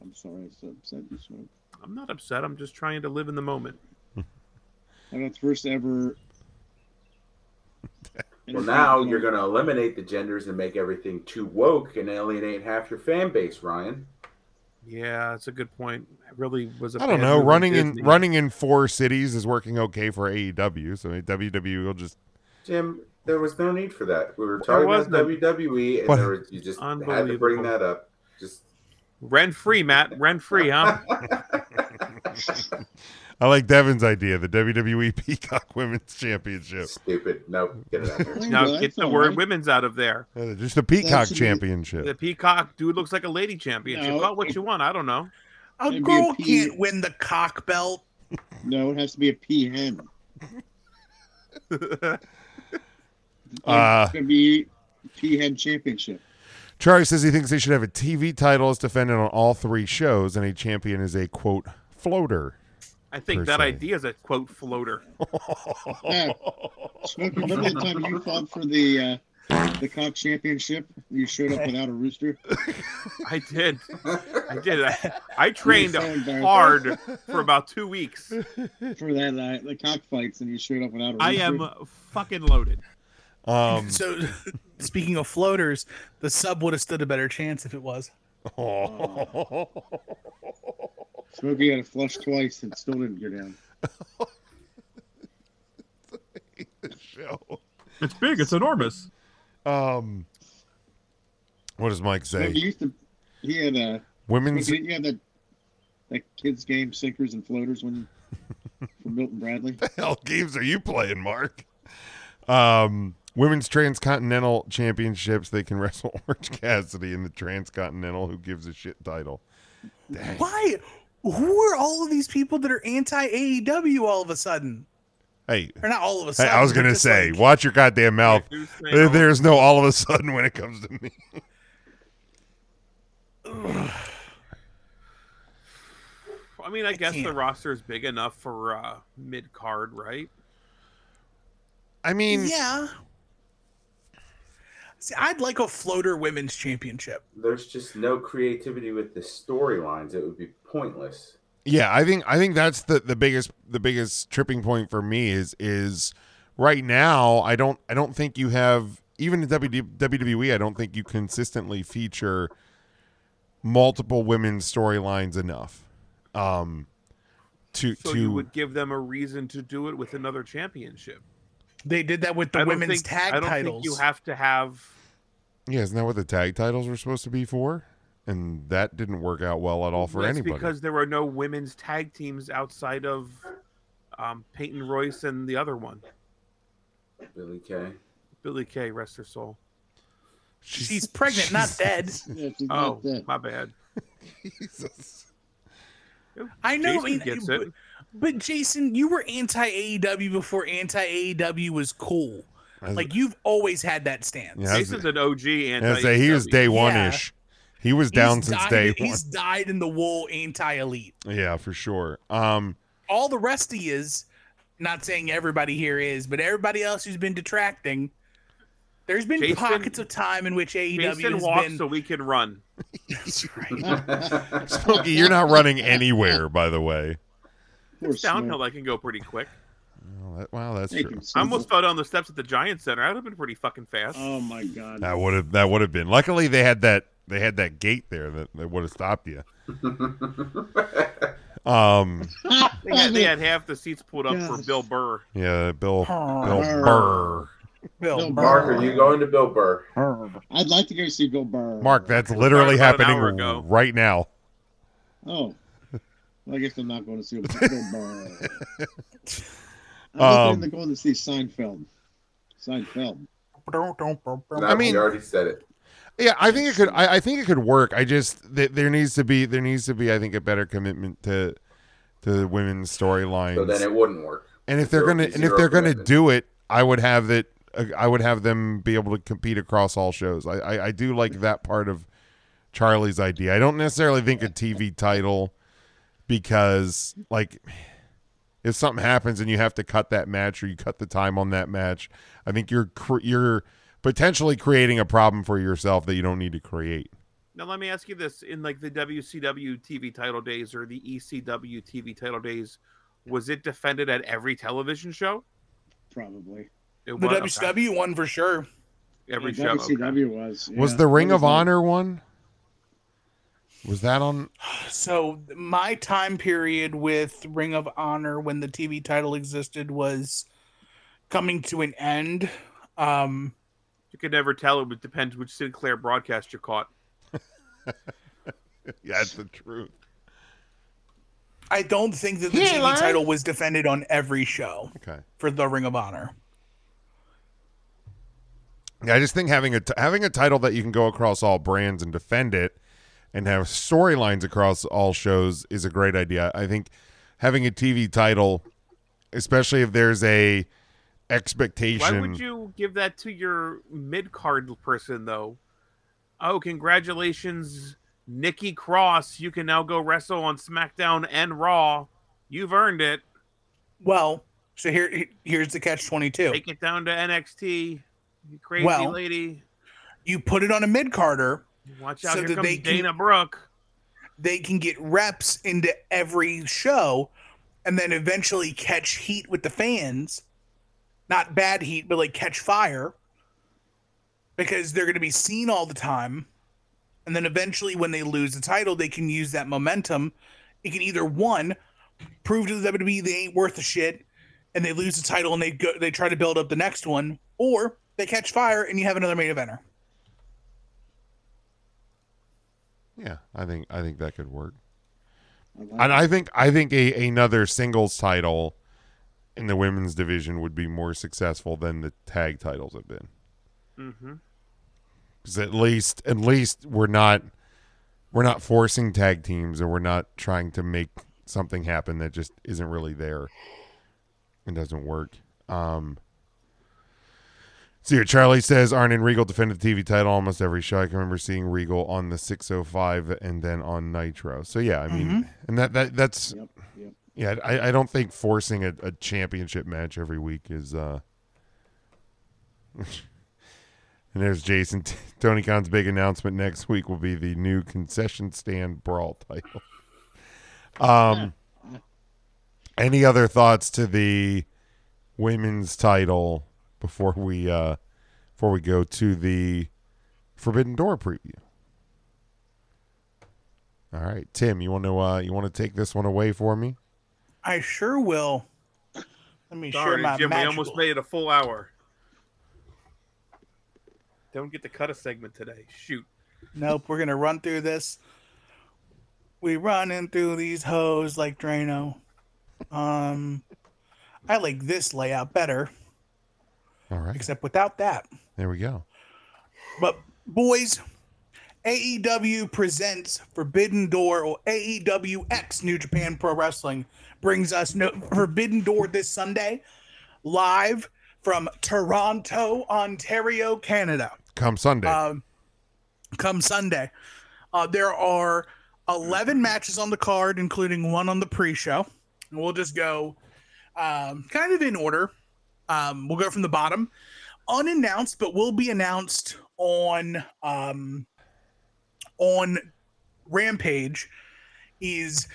Speaker 6: I'm sorry, I said said you sorry.
Speaker 8: I'm not upset. I'm just trying to live in the moment.
Speaker 6: How about the first ever?
Speaker 9: Well, now you're going to eliminate the genders and make everything too woke and alienate half your fan base, Ryan.
Speaker 8: Yeah, that's a good point. I really was. a
Speaker 7: I don't
Speaker 8: bad
Speaker 7: know.
Speaker 8: move on
Speaker 7: Running in
Speaker 8: Disney.
Speaker 7: E running in four cities is working okay for AEW, so WWE E will just
Speaker 9: Jim, there was no need for that. We were talking
Speaker 8: was
Speaker 9: about
Speaker 8: no-
Speaker 9: WWE, and
Speaker 8: What?
Speaker 9: there was, you just had to bring
Speaker 8: Unbelievable.
Speaker 9: that up. Just
Speaker 8: Rent free, Matt. Rent free, huh?
Speaker 7: I like Devin's idea, the WWE Peacock Women's Championship.
Speaker 9: Stupid. Nope. Get it out of here.
Speaker 8: now get the word women's out of there.
Speaker 7: Uh, Just the Peacock
Speaker 8: Actually,
Speaker 7: Championship.
Speaker 8: The peacock dude looks like a lady championship.
Speaker 6: No.
Speaker 8: Call it what you want. I don't know.
Speaker 10: A
Speaker 8: Maybe a
Speaker 10: girl
Speaker 8: pea-
Speaker 10: can't win the cock belt.
Speaker 6: No, it has to be a P hen.
Speaker 7: Uh,
Speaker 8: Uh.
Speaker 6: it's gonna be P hen championship.
Speaker 7: Charlie says he thinks they should have a TV title as defended on all three shows, and a champion is a quote floater.
Speaker 8: I think
Speaker 7: per
Speaker 8: that
Speaker 7: se.
Speaker 8: idea is a quote floater. Oh.
Speaker 6: Yeah. Smokey, remember the time you fought for the uh, the cock championship? You showed up without a rooster.
Speaker 8: I did. I did. I, I trained
Speaker 6: so embarrassed.
Speaker 8: hard for about two weeks.
Speaker 6: for that uh, the cockfights, and you showed up without a rooster.
Speaker 8: I am uh, fucking loaded.
Speaker 7: Um,
Speaker 10: So, speaking of floaters, the sub would have stood a better chance if it was.
Speaker 6: Smokey had a flush twice and still didn't go down.
Speaker 8: It's big. It's enormous.
Speaker 7: Um, what does Mike
Speaker 6: Smokey
Speaker 7: say?
Speaker 6: used to. He had a
Speaker 7: Women's-
Speaker 6: Smokey, didn't you have that that kids game sinkers and floaters when from Milton Bradley?
Speaker 7: hell games are you playing, Mark? Um, women's transcontinental championships. They can wrestle Orange Cassidy in the transcontinental. Who gives a shit title? Dang.
Speaker 10: Why? Who are all of these people that are anti AEW all of a sudden?
Speaker 7: Hey,
Speaker 10: Or not all of a
Speaker 7: hey,
Speaker 10: sudden.
Speaker 7: I was
Speaker 10: but
Speaker 7: gonna
Speaker 10: just
Speaker 7: say,
Speaker 10: like-
Speaker 7: watch your goddamn mouth.
Speaker 10: who's saying
Speaker 7: There-
Speaker 10: all-
Speaker 7: there's no all of a sudden when it comes to me.
Speaker 8: I mean, I, guess the roster is big enough for uh, mid card, right?
Speaker 7: I mean,
Speaker 10: yeah. See, I'd like a floater women's championship.
Speaker 9: There's just no creativity with the storylines. It would be pointless.
Speaker 7: Yeah, I think I think that's the the biggest the biggest tripping point for me is is right now I don't I don't think you have even in WD WWE E, I don't think you consistently feature multiple women's storylines enough um to
Speaker 8: So
Speaker 7: to
Speaker 8: you would give them a reason to do it with another championship.
Speaker 10: They did that with the
Speaker 8: I don't
Speaker 10: women's
Speaker 8: think-
Speaker 10: tag
Speaker 8: I don't
Speaker 10: titles.
Speaker 8: think you have to have.
Speaker 7: yeah isn't that what the tag titles were supposed to be for and that didn't work out well at all for
Speaker 8: That's
Speaker 7: anybody
Speaker 8: because there were no women's tag teams outside of um, Peyton Royce and the other one,
Speaker 9: Billy Kay.
Speaker 8: Billy Kay. Rest her soul.
Speaker 10: she's, pregnant, not dead.
Speaker 8: Oh, my bad.
Speaker 10: I know.
Speaker 8: Jason
Speaker 10: I mean,
Speaker 8: gets
Speaker 10: but,
Speaker 8: it.
Speaker 10: but Jason, you were anti AEW before anti AEW was cool.
Speaker 7: I-
Speaker 10: Like you've always had that stance.
Speaker 7: Yeah, I was- Jason's
Speaker 8: an OG and E
Speaker 7: And I say he was day one
Speaker 10: Yeah.
Speaker 7: ish he was down
Speaker 10: He's
Speaker 7: since
Speaker 10: dyed-
Speaker 7: day one
Speaker 10: He's died in the wool anti elite.
Speaker 7: yeah for sure um
Speaker 10: All the rest he is, not saying everybody here is, but everybody else who's been detracting. There's been
Speaker 8: Jason-
Speaker 10: pockets of time in which AEW
Speaker 8: Jason
Speaker 10: E has
Speaker 8: walks
Speaker 10: been.
Speaker 8: so we can run.
Speaker 7: Smokey, you're not running anywhere, by the way.
Speaker 8: It's downhill. I can go pretty quick.
Speaker 7: Well, that- wow, that's
Speaker 8: Thank
Speaker 7: true.
Speaker 8: I almost fell down the steps at the Giant Center. I'd have been pretty fucking fast.
Speaker 6: Oh my god.
Speaker 7: That would have that would have been. Luckily, they had that they had that gate there that, that would have stopped you. Um,
Speaker 8: They had, they had half the seats pulled up for
Speaker 9: Yes.
Speaker 8: Bill Burr.
Speaker 7: yeah, Bill Bill
Speaker 9: Burr.
Speaker 7: Burr.
Speaker 10: Bill
Speaker 9: Mark, are you going to Bill Burr?
Speaker 6: I'd like to go see Bill Burr.
Speaker 7: Mark, that's literally
Speaker 9: about an
Speaker 7: happening
Speaker 9: hour ago.
Speaker 7: right now.
Speaker 6: Oh. Well, I guess I'm not going to see Bill Burr. I'm
Speaker 7: Um,
Speaker 6: looking into going to see Seinfeld. Seinfeld.
Speaker 9: I mean, you already said it.
Speaker 7: Yeah, I think it could. I, I think it could work. I just th- there needs to be there needs to be I think a better commitment to to the women's storylines.
Speaker 9: So then it wouldn't work.
Speaker 7: And if they're
Speaker 9: There would
Speaker 7: gonna
Speaker 9: be
Speaker 7: and if
Speaker 9: zero
Speaker 7: they're gonna
Speaker 9: commitment.
Speaker 7: do it, I would have that. uh, I would have them be able to compete across all shows. I, I I do like that part of Charlie's idea. I don't necessarily think a TV title because like if something happens and you have to cut that match or you cut the time on that match, I think you're cr- you're potentially creating a problem for yourself that you don't need to create.
Speaker 8: Now let me ask you this: in like the WCW TV title days or the E ECW TV title days, was it defended at every television show?
Speaker 6: Probably.
Speaker 8: It
Speaker 10: The
Speaker 8: was- okay.
Speaker 10: WCW one for sure.
Speaker 8: Every
Speaker 6: Yeah,
Speaker 8: show,
Speaker 6: WCW was.
Speaker 7: Was
Speaker 6: yeah.
Speaker 7: the Ring
Speaker 6: That
Speaker 7: of
Speaker 6: was
Speaker 7: Honor one? Was that on?
Speaker 10: So my time period with Ring of Honor when the TV title existed was coming to an end. Um,
Speaker 8: you could never tell. It would depends which Sinclair broadcast you caught.
Speaker 7: That's the truth.
Speaker 10: I don't think that the
Speaker 7: He ain't
Speaker 10: TV
Speaker 7: lying.
Speaker 10: title was defended on every show
Speaker 7: Okay.
Speaker 10: for the Ring of Honor.
Speaker 7: Yeah, I just think having a t- having a title that you can go across all brands and defend it, and have storylines across all shows is a great idea. I think having a TV title, especially if there's a
Speaker 8: Why
Speaker 7: expectation,
Speaker 8: would you give that to your mid card person though? Oh, congratulations, Nikki Cross! You can now go wrestle on SmackDown and Raw. You've earned it.
Speaker 10: Well, so here here's the catch twenty two.
Speaker 8: Take it down to NXT. You crazy
Speaker 10: Well,
Speaker 8: lady.
Speaker 10: You put it on a mid Carter,
Speaker 8: Watch out!
Speaker 10: so
Speaker 8: here
Speaker 10: that
Speaker 8: comes
Speaker 10: they can-
Speaker 8: Dana Brooke.
Speaker 10: they can get reps into every show, and then eventually catch heat with the fans. Not bad heat, but like catch fire, because they're going to be seen all the time. And then eventually, when they lose the title, they can use that momentum. It can either one prove to the WWE they ain't worth a shit, and they lose the title and they go they try to build up the next one, or they catch fire and you have another main eventer.
Speaker 7: yeah, I think I think that could work. And I think I think a, another singles title in the women's division would be more successful than the tag titles have been.
Speaker 8: Mm-hmm.
Speaker 7: because at least at least we're not we're not forcing tag teams and we're not trying to make something happen that just isn't really there and doesn't work um See here, Charlie says Arn and Regal defended the TV title almost every show. I can remember seeing Regal on the 605 and then on Nitro. So yeah, I mean,
Speaker 10: Mhm.
Speaker 7: and that that that's
Speaker 6: Mm-hmm. Yep, yep.
Speaker 7: yeah. I, I don't think forcing a, a championship match every week is uh, And there's Jason. Tony Khan's big announcement next week will be the new concession stand brawl title. Um, any other thoughts to the women's title before we uh, before we go to the Forbidden Door preview? All right, Tim, you want to uh, you want to take this one away for me?
Speaker 10: I sure will. Let me share
Speaker 8: Sorry,
Speaker 10: my
Speaker 8: Jim. We
Speaker 10: magical-
Speaker 8: almost made it a full hour. Don't get to cut a segment today. Shoot.
Speaker 10: Nope, we're gonna run through this. We running through these hoes like Drano. Um, I like this layout better,
Speaker 7: All right,
Speaker 10: except without that.
Speaker 7: there we go.
Speaker 10: But boys, AEW presents Forbidden Door or AEW X New Japan Pro Wrestling brings us no Forbidden Door this Sunday, live from Toronto, Ontario, Canada.
Speaker 7: Come Sunday.
Speaker 10: Um, come Sunday, uh, there are eleven matches on the card, including one on the pre-show. And we'll just go um, kind of in order. Um, we'll go from the bottom, unannounced, but will be announced on um, on Rampage. Is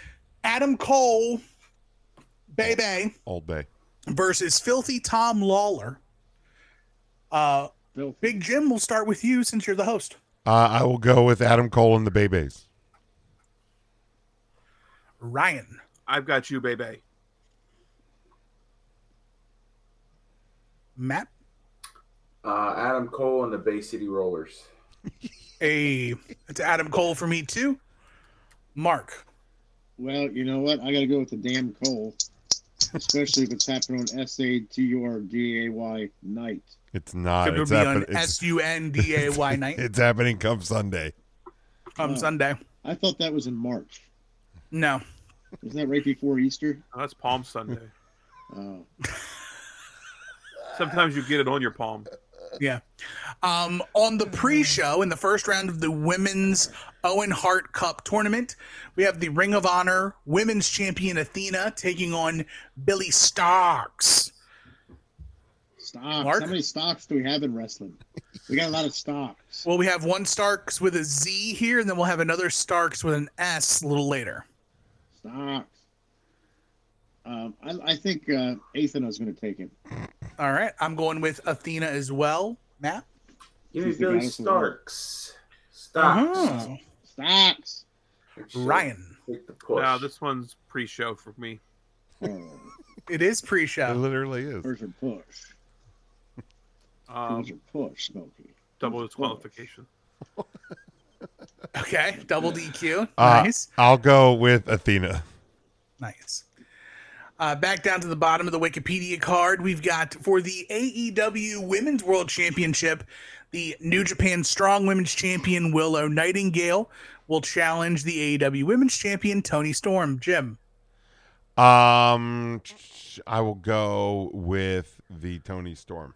Speaker 10: Adam Cole, Bebe
Speaker 7: Old Bay.
Speaker 10: versus Filthy Tom Lawler. Uh,
Speaker 6: Filthy.
Speaker 10: Big Jim, we'll start with you since you're the host.
Speaker 7: Uh, I will go with Adam Cole and the Baybys.
Speaker 10: Ryan.
Speaker 8: I've got you, baby.
Speaker 10: Matt,
Speaker 9: Uh, Adam Cole and the Bay City Rollers.
Speaker 10: a it's Adam Cole for me too. Mark,
Speaker 6: Well, you know what? I got to go with the damn Cole, especially if it's happening on S A T U R D A Y night.
Speaker 7: It's not.
Speaker 10: could
Speaker 7: It's,
Speaker 10: be
Speaker 7: happen-
Speaker 10: on
Speaker 7: it's,
Speaker 10: S U N D A Y night
Speaker 7: it's happening come Sunday.
Speaker 10: on Sunday.
Speaker 6: I thought that was in March.
Speaker 10: No,
Speaker 6: Isn't that right before Easter?
Speaker 8: Oh, that's Palm Sunday.
Speaker 6: Oh,
Speaker 8: Sometimes you get it on your palm.
Speaker 10: yeah. Um, on the pre-show in the first round of the women's Owen Hart Cup tournament, we have the Ring of Honor Women's Champion Athena taking on Billy Starks.
Speaker 6: stocks.
Speaker 10: Mark?
Speaker 6: How many stocks do we have in wrestling? We got a lot of stocks.
Speaker 10: Well, we have one Starks with a Z here, and then we'll have another Starks with an S a little later.
Speaker 6: Stocks. Um, I, I think uh, Athena's going to take it.
Speaker 10: All right, I'm going with Athena as well. Matt.
Speaker 9: Give me
Speaker 6: She's the
Speaker 9: Billy
Speaker 6: goddess of
Speaker 9: Starks. Stocks.
Speaker 10: Oh.
Speaker 6: Stocks.
Speaker 9: She'll
Speaker 10: Ryan.
Speaker 9: Take the push.
Speaker 8: Now this one's pre-show for me.
Speaker 6: Oh,
Speaker 10: It is pre-show.
Speaker 7: It literally is.
Speaker 6: There's a push.
Speaker 8: Um,
Speaker 6: Those are push, Smokey.
Speaker 8: double disqualification.
Speaker 10: Okay, double DQ.
Speaker 7: Uh,
Speaker 10: nice,
Speaker 7: I'll go with Athena.
Speaker 10: nice. Uh, back down to the bottom of the Wikipedia card, we've got for the AEW Women's World Championship, the New Japan Strong Women's Champion Willow Nightingale will challenge the AEW Women's Champion Tony Storm. Jim,
Speaker 7: Um, I will go with the Tony Storm.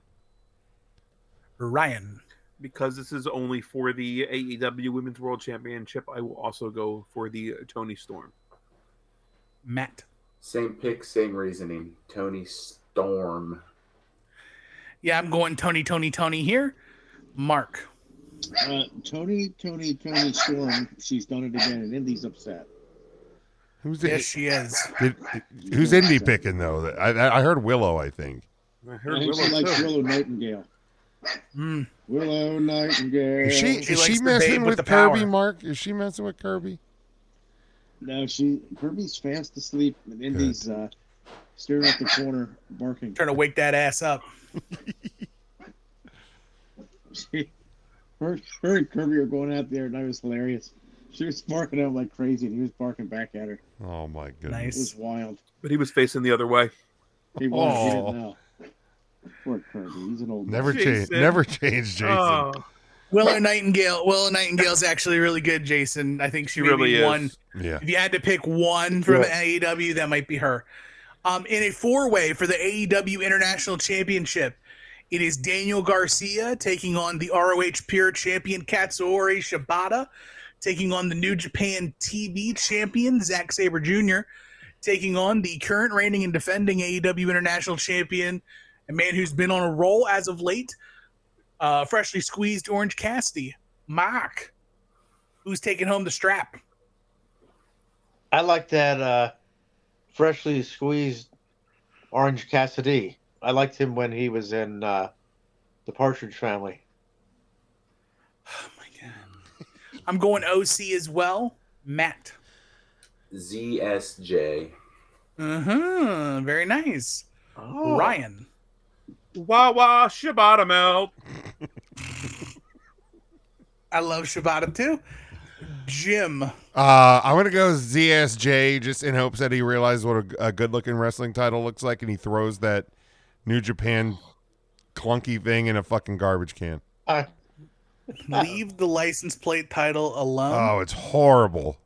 Speaker 10: Ryan.
Speaker 8: Because this is only for the AEW Women's World Championship, I will also go for the Tony Storm.
Speaker 10: Matt.
Speaker 9: Same pick, same reasoning. Tony Storm.
Speaker 10: Yeah, I'm going Tony, Tony, Tony here. Mark.
Speaker 6: Uh, Tony, Tony, Tony Storm. She's done it again, and Indy's upset.
Speaker 7: Who's the,
Speaker 10: Yes, she is.
Speaker 7: did, who's indie picking though? I, I- I heard Willow. I think.
Speaker 8: I
Speaker 6: I
Speaker 8: heard
Speaker 6: think she
Speaker 8: Willow
Speaker 6: likes
Speaker 8: too.
Speaker 6: Willow Nightingale.
Speaker 10: Mm.
Speaker 6: Willow Nightingale.
Speaker 7: Hmm. Is she,
Speaker 10: She
Speaker 7: is
Speaker 10: likes
Speaker 7: she
Speaker 10: the
Speaker 7: messing
Speaker 10: babe
Speaker 7: with,
Speaker 10: with the
Speaker 7: Kirby?
Speaker 10: power.
Speaker 7: Mark is she messing with Kirby?
Speaker 6: No, she Kirby's fast asleep, and Indy's uh, staring at the corner, barking.
Speaker 10: Trying to wake that ass up.
Speaker 6: She, her, her and Kirby were going out there, and I was hilarious. She was barking at him like crazy, and he was barking back at her.
Speaker 7: Oh my goodness!
Speaker 6: It was
Speaker 10: Nice.
Speaker 6: wild.
Speaker 8: But he was facing the other way.
Speaker 6: He was. He
Speaker 7: Aw.
Speaker 6: didn't know. Poor Kirby. He's an old.
Speaker 7: Never
Speaker 6: man.
Speaker 7: change.
Speaker 8: Jason.
Speaker 7: Never change, Jason.
Speaker 8: Oh,
Speaker 10: Willow Nightingale. Willow Nightingale's actually really good, Jason. I think she,
Speaker 8: she
Speaker 10: maybe
Speaker 8: really is.
Speaker 10: won
Speaker 7: yeah.
Speaker 10: If you had to pick one from AEW, that might be her. Um, in a four way for the AEW International Championship, it is Daniel Garcia taking on the ROH Pure Champion Katsuyori Shibata, taking on the New Japan TV Champion Zack Saber Jr., taking on the current reigning and defending AEW International Champion, a man who's been on a roll as of late, uh, freshly squeezed Orange Cassidy, Mark, who's taking home the strap.
Speaker 13: I like that uh, freshly squeezed Orange Cassidy. I liked him when he was in uh, the Partridge Family.
Speaker 10: I'm going OC as well. Matt.
Speaker 9: ZSJ.
Speaker 10: Uh-huh. Very nice.
Speaker 13: Oh.
Speaker 10: Ryan.
Speaker 8: Wah wah Shibata melt.
Speaker 10: I love Shibata too. Jim.
Speaker 7: Uh, I'm gonna go ZSJ just in hopes that he realizes what a, a good-looking wrestling title looks like, and he throws that New Japan clunky thing in a fucking garbage can.
Speaker 13: I,
Speaker 10: Leave the license plate title alone.
Speaker 7: Oh, it's horrible.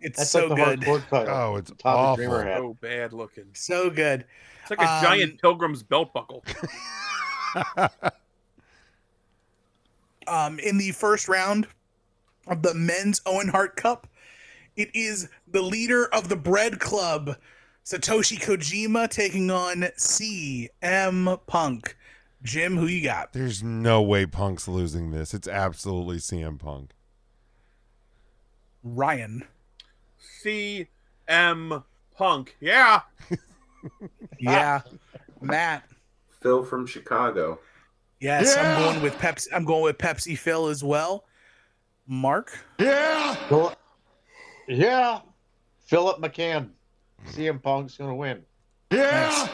Speaker 10: it's
Speaker 13: that's
Speaker 10: so
Speaker 13: like the
Speaker 10: good.
Speaker 13: hardcore title.
Speaker 7: Oh, it's
Speaker 13: Tommy
Speaker 7: awful.
Speaker 13: Dreamer had.
Speaker 8: So Oh, bad looking.
Speaker 10: So good.
Speaker 8: It's like a
Speaker 10: Um,
Speaker 8: giant pilgrim's belt buckle.
Speaker 10: Um, in the first round of the men's Owen Hart Cup, it is the leader of the Bread Club, Satoshi Kojima, taking on CM Punk. Jim, who you got?
Speaker 7: There's no way Punk's losing this. It's absolutely CM Punk.
Speaker 10: Ryan.
Speaker 8: CM Punk. Yeah.
Speaker 13: Ah.
Speaker 10: Yeah. Matt.
Speaker 9: Phil from Chicago.
Speaker 10: Yes, I'm going with Pepsi. I'm going with Pepsi Phil as well. Mark,
Speaker 4: Yeah!
Speaker 13: Phil- yeah, Philip McCann. CM Punk's going to win.
Speaker 4: Yeah!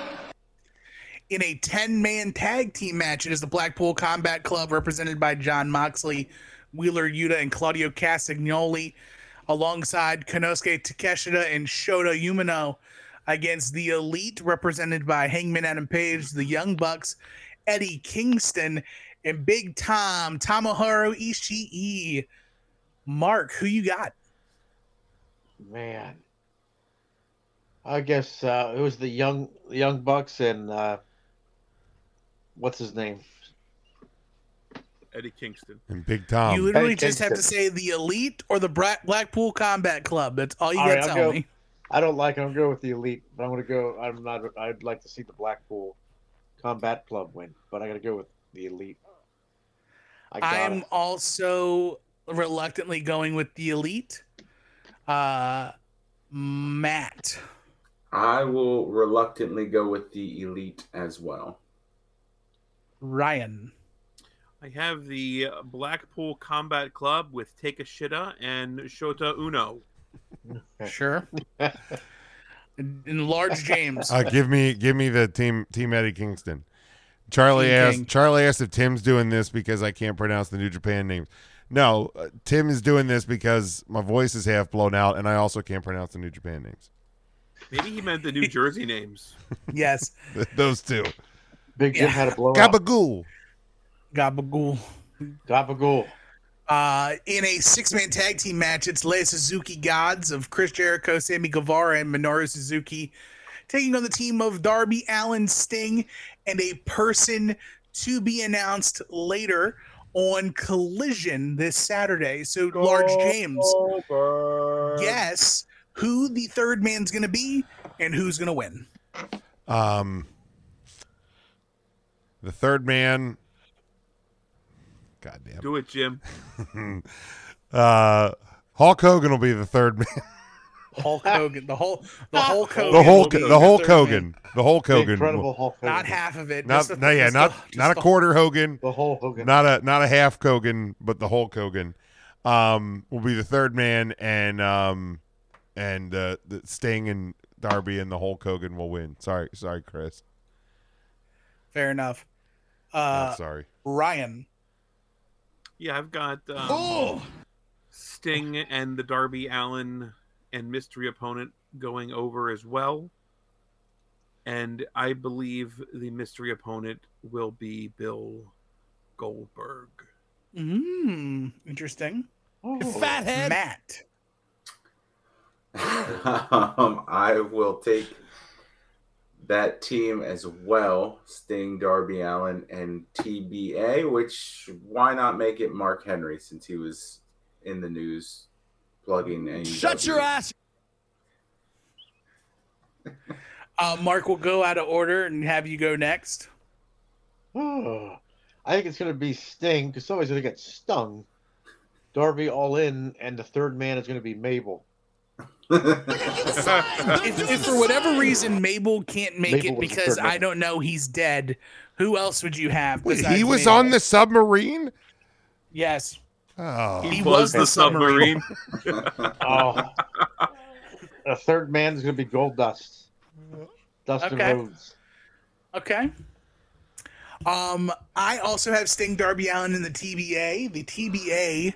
Speaker 10: in a 10 man tag team match, it is the Blackpool Combat Club represented by John Moxley, Wheeler Yuta, and Claudio Castagnoli, alongside Konosuke Takeshita and Shota Umino, against the Elite represented by Hangman Adam Page, the Young Bucks, Eddie Kingston, and Big Tom Tomohiro Ishii. Mark, who you got?
Speaker 13: Man. I guess uh, it was the young young bucks and uh, what's his name?
Speaker 8: Eddie Kingston.
Speaker 7: And Big Tom.
Speaker 10: You literally
Speaker 13: Um, Eddie
Speaker 10: just have to
Speaker 13: Kingston.
Speaker 10: say the Elite or the Bra- Blackpool Combat Club. That's all you
Speaker 13: All
Speaker 10: got
Speaker 13: right,
Speaker 10: to
Speaker 13: I'll
Speaker 10: tell
Speaker 13: go-
Speaker 10: me.
Speaker 13: I don't like. I'm going with the elite, but I'm going to go. I'm not. I'd like to see the Blackpool Combat Club win, but I got to go with the elite. I got
Speaker 10: I am also reluctantly going with the Elite. Uh, Matt.
Speaker 9: I will reluctantly go with the elite as well.
Speaker 10: Ryan.
Speaker 8: I have the uh, Blackpool Combat Club with Take a Shida and Shota Uno.
Speaker 10: Sure. and Large James.
Speaker 7: Uh, give me give me the team team Eddie Kingston. Charlie
Speaker 10: King
Speaker 7: asked.
Speaker 10: King.
Speaker 7: Charlie asked if Tim's doing this because I can't pronounce the New Japan names. No, uh, Tim is doing this because my voice is half blown out, and I also can't pronounce the New Japan names.
Speaker 8: Maybe he meant the New Jersey names.
Speaker 10: Yes.
Speaker 7: Th- Those two.
Speaker 13: Big Jim had a blowout.
Speaker 7: Gabagool.
Speaker 10: Gabagool.
Speaker 13: Gabagool.
Speaker 10: Uh, in a six-man tag team match, it's Lei Suzuki Gods of Chris Jericho, Sammy Guevara, and Minoru Suzuki taking on the team of Darby Allen, Sting, and a person to be announced later on Collision this Saturday. So, Large James, guess who the third man's going to be and who's going to win.
Speaker 7: Um, the third man. God damn.
Speaker 8: Do it, Jim.
Speaker 7: uh, Hulk Hogan will be the third man.
Speaker 10: Hulk Hogan, the Hulk, the Hulk Hogan,
Speaker 7: the Hulk,
Speaker 10: will be
Speaker 7: the Hulk
Speaker 10: third man.
Speaker 7: Hogan, the Hulk Hogan,
Speaker 10: Not half of it.
Speaker 7: Not,
Speaker 10: just the-
Speaker 7: no, yeah,
Speaker 10: just the-
Speaker 7: not
Speaker 10: just
Speaker 7: not a
Speaker 10: the-
Speaker 7: quarter Hogan,
Speaker 13: the whole Hogan,
Speaker 7: not a not a half Hogan, but the Hulk Hogan, um, will be the third man, and um, and uh, the Sting and Darby and the Hulk Hogan will win. Sorry, sorry, Chris.
Speaker 10: Fair enough.
Speaker 7: Not
Speaker 10: Uh,
Speaker 7: sorry.
Speaker 10: Ryan.
Speaker 8: Yeah, I've got um,
Speaker 10: Oh!
Speaker 8: Sting and the Darby Allen and mystery opponent going over as well. And I believe the mystery opponent will be Bill Goldberg.
Speaker 10: Mm, interesting. Fathead. Matt.
Speaker 9: um, I will take that team as well Sting, Darby Allen, and TBA, which why not make it Mark Henry since he was in the news plugging E and
Speaker 3: Shut your ass.
Speaker 10: Uh, Mark will go out of order and have you go next.
Speaker 13: Oh, I think it's going to be Sting because somebody's going to get stung. Darby all in, and the third man is going to be Mabel.
Speaker 10: if, if for whatever reason Mabel can't make
Speaker 13: Mabel
Speaker 10: it
Speaker 13: was the
Speaker 10: because
Speaker 13: third man.
Speaker 10: I don't know he's dead, who else would you have?
Speaker 7: Wait, he
Speaker 10: besides
Speaker 7: was
Speaker 10: Mabel?
Speaker 7: on the submarine.
Speaker 10: Yes.
Speaker 7: Oh,
Speaker 10: He He was was the the submarine.
Speaker 13: oh, the third man is going to be Gold Dust. Dustin
Speaker 10: Okay.
Speaker 13: Rhodes.
Speaker 10: Okay. Um, I also have Sting, Darby Allen, in the TBA. The TBA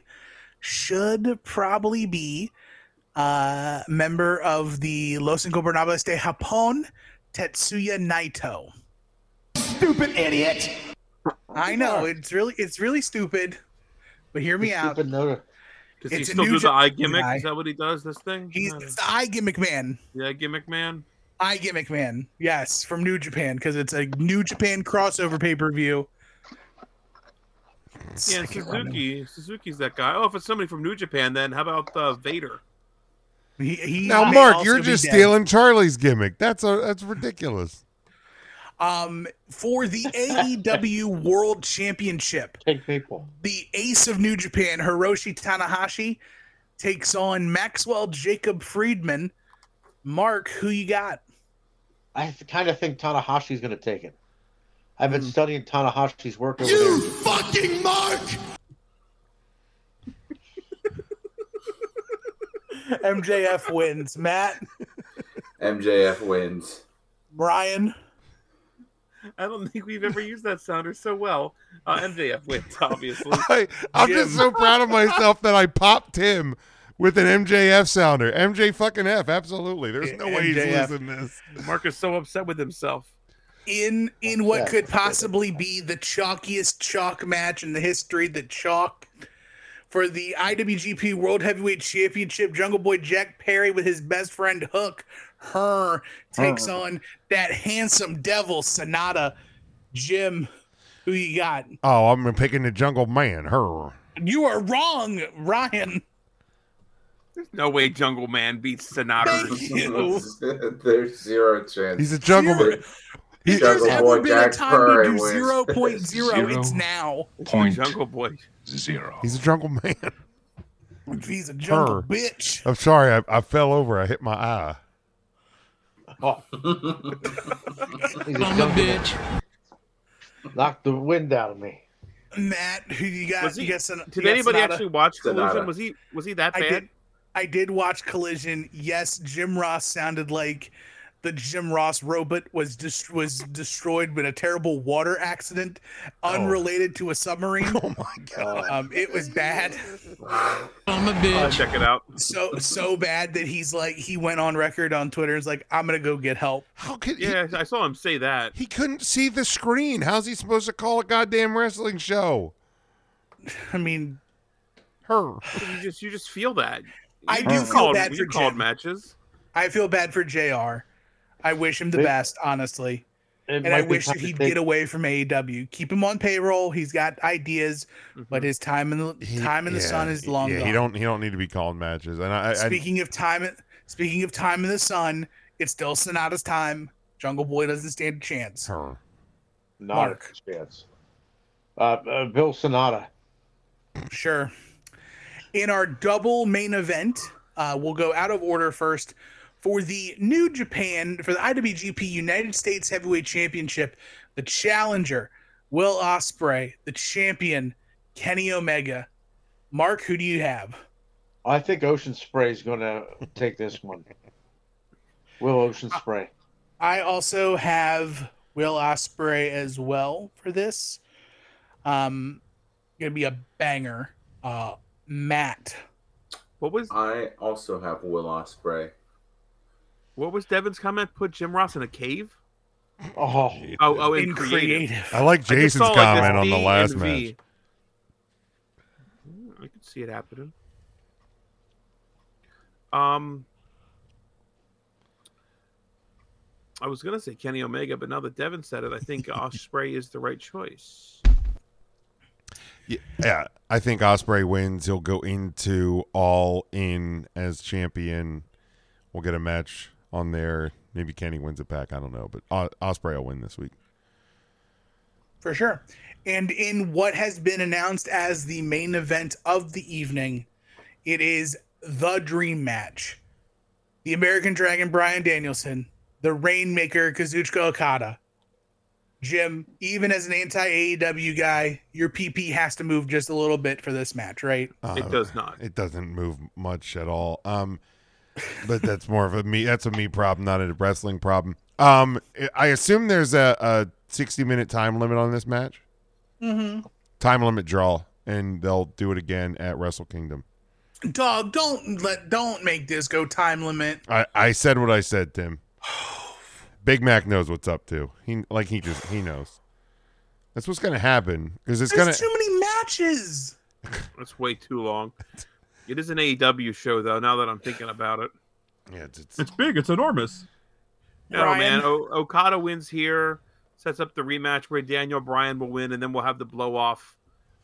Speaker 10: should probably be a member of the Los Ingobernables de Japón, Tetsuya Naito. Stupid idiot. I know it's really it's really stupid, but hear me out.
Speaker 8: Does
Speaker 10: It's a
Speaker 8: he still
Speaker 10: new
Speaker 8: do the
Speaker 10: gen-
Speaker 8: eye gimmick?
Speaker 10: guy.
Speaker 8: Is that what he does? This thing?
Speaker 10: He's
Speaker 8: Yeah.
Speaker 10: it's the eye gimmick man.
Speaker 8: the eye gimmick man.
Speaker 10: I get McMahon. Yes, from New Japan because it's a New Japan crossover pay per view.
Speaker 8: Yeah, and Suzuki. Suzuki's that guy. Oh, if it's somebody from New Japan, then how about uh, Vader?
Speaker 10: He, he
Speaker 7: now,
Speaker 10: may
Speaker 7: Mark,
Speaker 10: also
Speaker 7: you're
Speaker 10: be
Speaker 7: just
Speaker 10: dead.
Speaker 7: stealing Charlie's gimmick. That's a that's ridiculous.
Speaker 10: Um, for the AEW World Championship,
Speaker 13: Take Maple.
Speaker 10: the ace of New Japan, Hiroshi Tanahashi, takes on Maxwell Jacob Friedman. Mark, who you got?
Speaker 13: I kind of think Tanahashi's going to take it. I've
Speaker 10: Hmm.
Speaker 13: been studying Tanahashi's work over you there.
Speaker 3: Fucking Mark!
Speaker 10: MJF wins. Matt,
Speaker 9: MJF wins.
Speaker 10: Brian.
Speaker 8: I don't think we've ever used that sounder so well. Uh, MJF wins, obviously.
Speaker 7: I, I'm just so proud of myself that I popped him with an MJF sounder. MJ fucking F, absolutely. There's no way he's
Speaker 8: MJF.
Speaker 7: losing this.
Speaker 8: Mark is so upset with himself.
Speaker 10: in in what
Speaker 8: Yeah.
Speaker 10: could possibly be the chalkiest chalk match in the history, the chalk for the IWGP World Heavyweight Championship. Jungle Boy Jack Perry with his best friend Hook, her takes
Speaker 7: Her.
Speaker 10: on that handsome devil Sonata. Jim, who you got?
Speaker 7: Oh, I'm picking the jungle man. Her.
Speaker 10: You are wrong, Ryan.
Speaker 8: No way, Jungle Man beats Sonata.
Speaker 10: Thank you.
Speaker 9: There's zero chance.
Speaker 7: He's a jungle man.
Speaker 10: If
Speaker 9: Jungle
Speaker 10: there's ever
Speaker 9: Boy
Speaker 10: been a
Speaker 9: Jack
Speaker 10: time to
Speaker 9: Perry
Speaker 10: do
Speaker 9: wins.
Speaker 10: 0.0, it's
Speaker 9: Zero
Speaker 10: now.
Speaker 7: Point.
Speaker 8: Jungle Boy.
Speaker 7: Zero. He's a jungle man.
Speaker 10: He's a jungle
Speaker 7: Her.
Speaker 10: bitch.
Speaker 7: I'm sorry, I, I fell over. I hit my eye.
Speaker 13: Oh. He's a bitch. Knocked the wind out of me.
Speaker 10: Matt, who you got?
Speaker 8: Was
Speaker 10: you
Speaker 8: he-
Speaker 10: got Son- you
Speaker 8: Did
Speaker 10: got
Speaker 8: anybody
Speaker 10: Sonata.
Speaker 8: actually watch
Speaker 13: Sonata.
Speaker 8: Collision? Was he was he that
Speaker 10: I
Speaker 8: bad?
Speaker 10: did. I did watch Collision. Yes, Jim Ross sounded like the Jim Ross robot was dis- was destroyed in a terrible water accident, unrelated to a submarine. Oh my god! Um, it was bad.
Speaker 8: I'm a bitch. I'll check it out.
Speaker 10: So so bad that he's like he went on record on Twitter. and was like, I'm gonna go get help.
Speaker 7: How could
Speaker 8: yeah? I saw him say that.
Speaker 7: He couldn't see the screen. How's he supposed to call a goddamn wrestling show?
Speaker 10: I mean,
Speaker 7: her.
Speaker 8: You just you just feel that.
Speaker 10: I
Speaker 8: You
Speaker 10: do feel
Speaker 8: called,
Speaker 10: bad
Speaker 8: you
Speaker 10: for
Speaker 8: called
Speaker 10: Jim.
Speaker 8: matches.
Speaker 10: I feel bad for Jr. I wish him the
Speaker 13: It-
Speaker 10: best, honestly,
Speaker 13: It
Speaker 10: and
Speaker 13: might
Speaker 10: I
Speaker 13: be
Speaker 10: wish
Speaker 13: time
Speaker 10: that
Speaker 13: to
Speaker 10: he'd
Speaker 13: take-
Speaker 10: get away from AEW. Keep him on payroll. He's got ideas,
Speaker 13: Mm-hmm.
Speaker 10: but his time in the time in the
Speaker 7: Yeah,
Speaker 10: sun is long
Speaker 7: Yeah,
Speaker 10: gone.
Speaker 7: he don't he don't need to be calling matches. And I, I,
Speaker 10: speaking of time, in- speaking of time in the sun, it's still Sonata's time. Jungle Boy doesn't stand a chance.
Speaker 7: Her.
Speaker 13: Not
Speaker 10: Mark.
Speaker 13: a chance. Uh, uh, Bill Sonata.
Speaker 10: Sure. In our double main event, uh, we'll go out of order first. For the New Japan, for the IWGP United States Heavyweight Championship, the challenger, Will Osprey, the champion, Kenny Omega. Mark, who do you have?
Speaker 13: I think Ocean Spray is going to take this one. Will Ocean Spray.
Speaker 10: I also have Will Osprey as well for this. Um, gonna be a banger. Uh, Matt.
Speaker 8: What was
Speaker 9: I also have Will Osprey.
Speaker 8: what was Devin's comment? Put Jim Ross in a cave.
Speaker 13: Oh,
Speaker 8: Oh, oh, in,
Speaker 10: In
Speaker 8: creative.
Speaker 10: creative.
Speaker 7: I like
Speaker 8: just
Speaker 7: Jason's
Speaker 8: saw, like, this
Speaker 7: comment on the
Speaker 8: D
Speaker 7: last
Speaker 8: and
Speaker 7: match.
Speaker 8: V. I could see it happening. Um, I was gonna say Kenny Omega, but now that Devin said it, I think Osprey is the right choice.
Speaker 7: Yeah, I think Osprey wins. He'll go into All In as champion. We'll get a match on there. Maybe Kenny wins it back. I don't know, but o- Osprey will win this week.
Speaker 10: For sure. And in what has been announced as the main event of the evening, it is the dream match. The American Dragon Brian Danielson, the Rainmaker Kazuchika Okada. Jim, even as an anti AEW guy, your PP has to move just a little bit for this match, right?
Speaker 7: Uh,
Speaker 8: It does not.
Speaker 7: It doesn't move much at all. Um, but that's more of a me. That's a me problem, not a wrestling problem. Um, I- I assume there's a, a 60 minute time limit on this match.
Speaker 10: Mm-hmm.
Speaker 7: Time limit draw, and they'll do it again at Wrestle Kingdom.
Speaker 10: Dog, don't let don't make this go time limit.
Speaker 7: I, I said what I said, Tim. Big Mac knows what's up too. He like he just he knows. That's what's gonna happen because it's
Speaker 10: There's
Speaker 7: gonna.
Speaker 10: too many matches.
Speaker 8: That's way too long. It is an AEW show, though. Now that I'm thinking about it,
Speaker 7: Yeah, it's, it's-
Speaker 14: It's big. It's enormous.
Speaker 8: no
Speaker 10: Brian.
Speaker 8: man. O- Okada wins here, sets up the rematch where Daniel Bryan will win, and then we'll have the blow off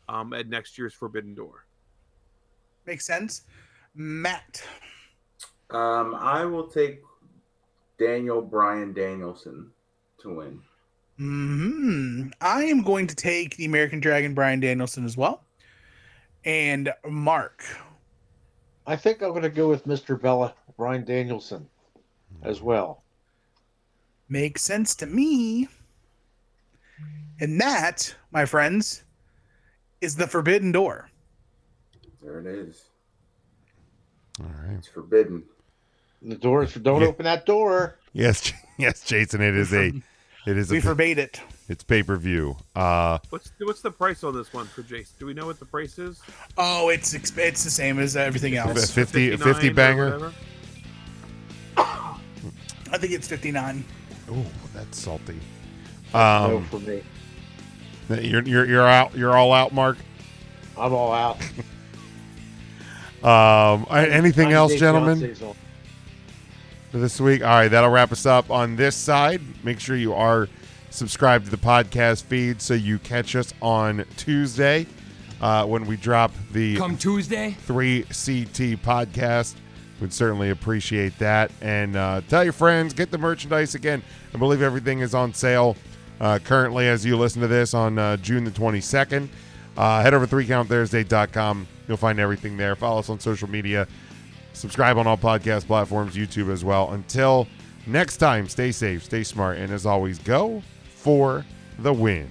Speaker 8: um, at next year's Forbidden Door.
Speaker 10: Makes sense. Matt.
Speaker 9: Um, I will take Daniel Bryan Danielson to win.
Speaker 10: Hmm. I am going to take the American Dragon Brian Danielson as well, and Mark.
Speaker 13: I think I'm going to go with Mr. Bella, Brian Danielson,
Speaker 7: Hmm.
Speaker 13: as well.
Speaker 10: Makes sense to me. And that, my friends, is the Forbidden Door.
Speaker 9: There it is.
Speaker 7: all right.
Speaker 9: It's forbidden.
Speaker 13: The doors, don't
Speaker 7: Yeah.
Speaker 13: open that door.
Speaker 7: Yes, J- yes, Jason. It is a. It is
Speaker 10: We
Speaker 7: a.
Speaker 10: forbade it.
Speaker 7: It's pay per view. Uh,
Speaker 8: What's what's the price on this one for Jason? Do we know what the price is?
Speaker 10: Oh, it's exp- it's the same as everything else.
Speaker 7: 50,
Speaker 8: 59
Speaker 7: 50
Speaker 8: or
Speaker 7: banger.
Speaker 8: whatever?
Speaker 10: I think it's fifty nine.
Speaker 7: Oh, that's salty.
Speaker 13: no,
Speaker 7: Um,
Speaker 13: for me.
Speaker 7: you're you're you're out. You're all out, Mark.
Speaker 13: I'm all out.
Speaker 7: Um, all right, anything
Speaker 13: Nine
Speaker 7: else,
Speaker 13: Day
Speaker 7: gentlemen?
Speaker 13: Fiancé's on.
Speaker 7: for this week. All right, that'll wrap us up on this side. Make sure you are subscribed to the podcast feed so you catch us on Tuesday uh, when we drop the
Speaker 15: Come Tuesday,
Speaker 7: 3CT podcast. We'd certainly appreciate that. And uh, tell your friends, get the merchandise again. I believe everything is on sale uh, currently as you listen to this on uh, June the 22nd. Uh, head over to 3countthursday.com. You'll find everything there. Follow us on social media. Subscribe on all podcast platforms, YouTube as well. Until next time, stay safe, stay smart, and as always, go for the win.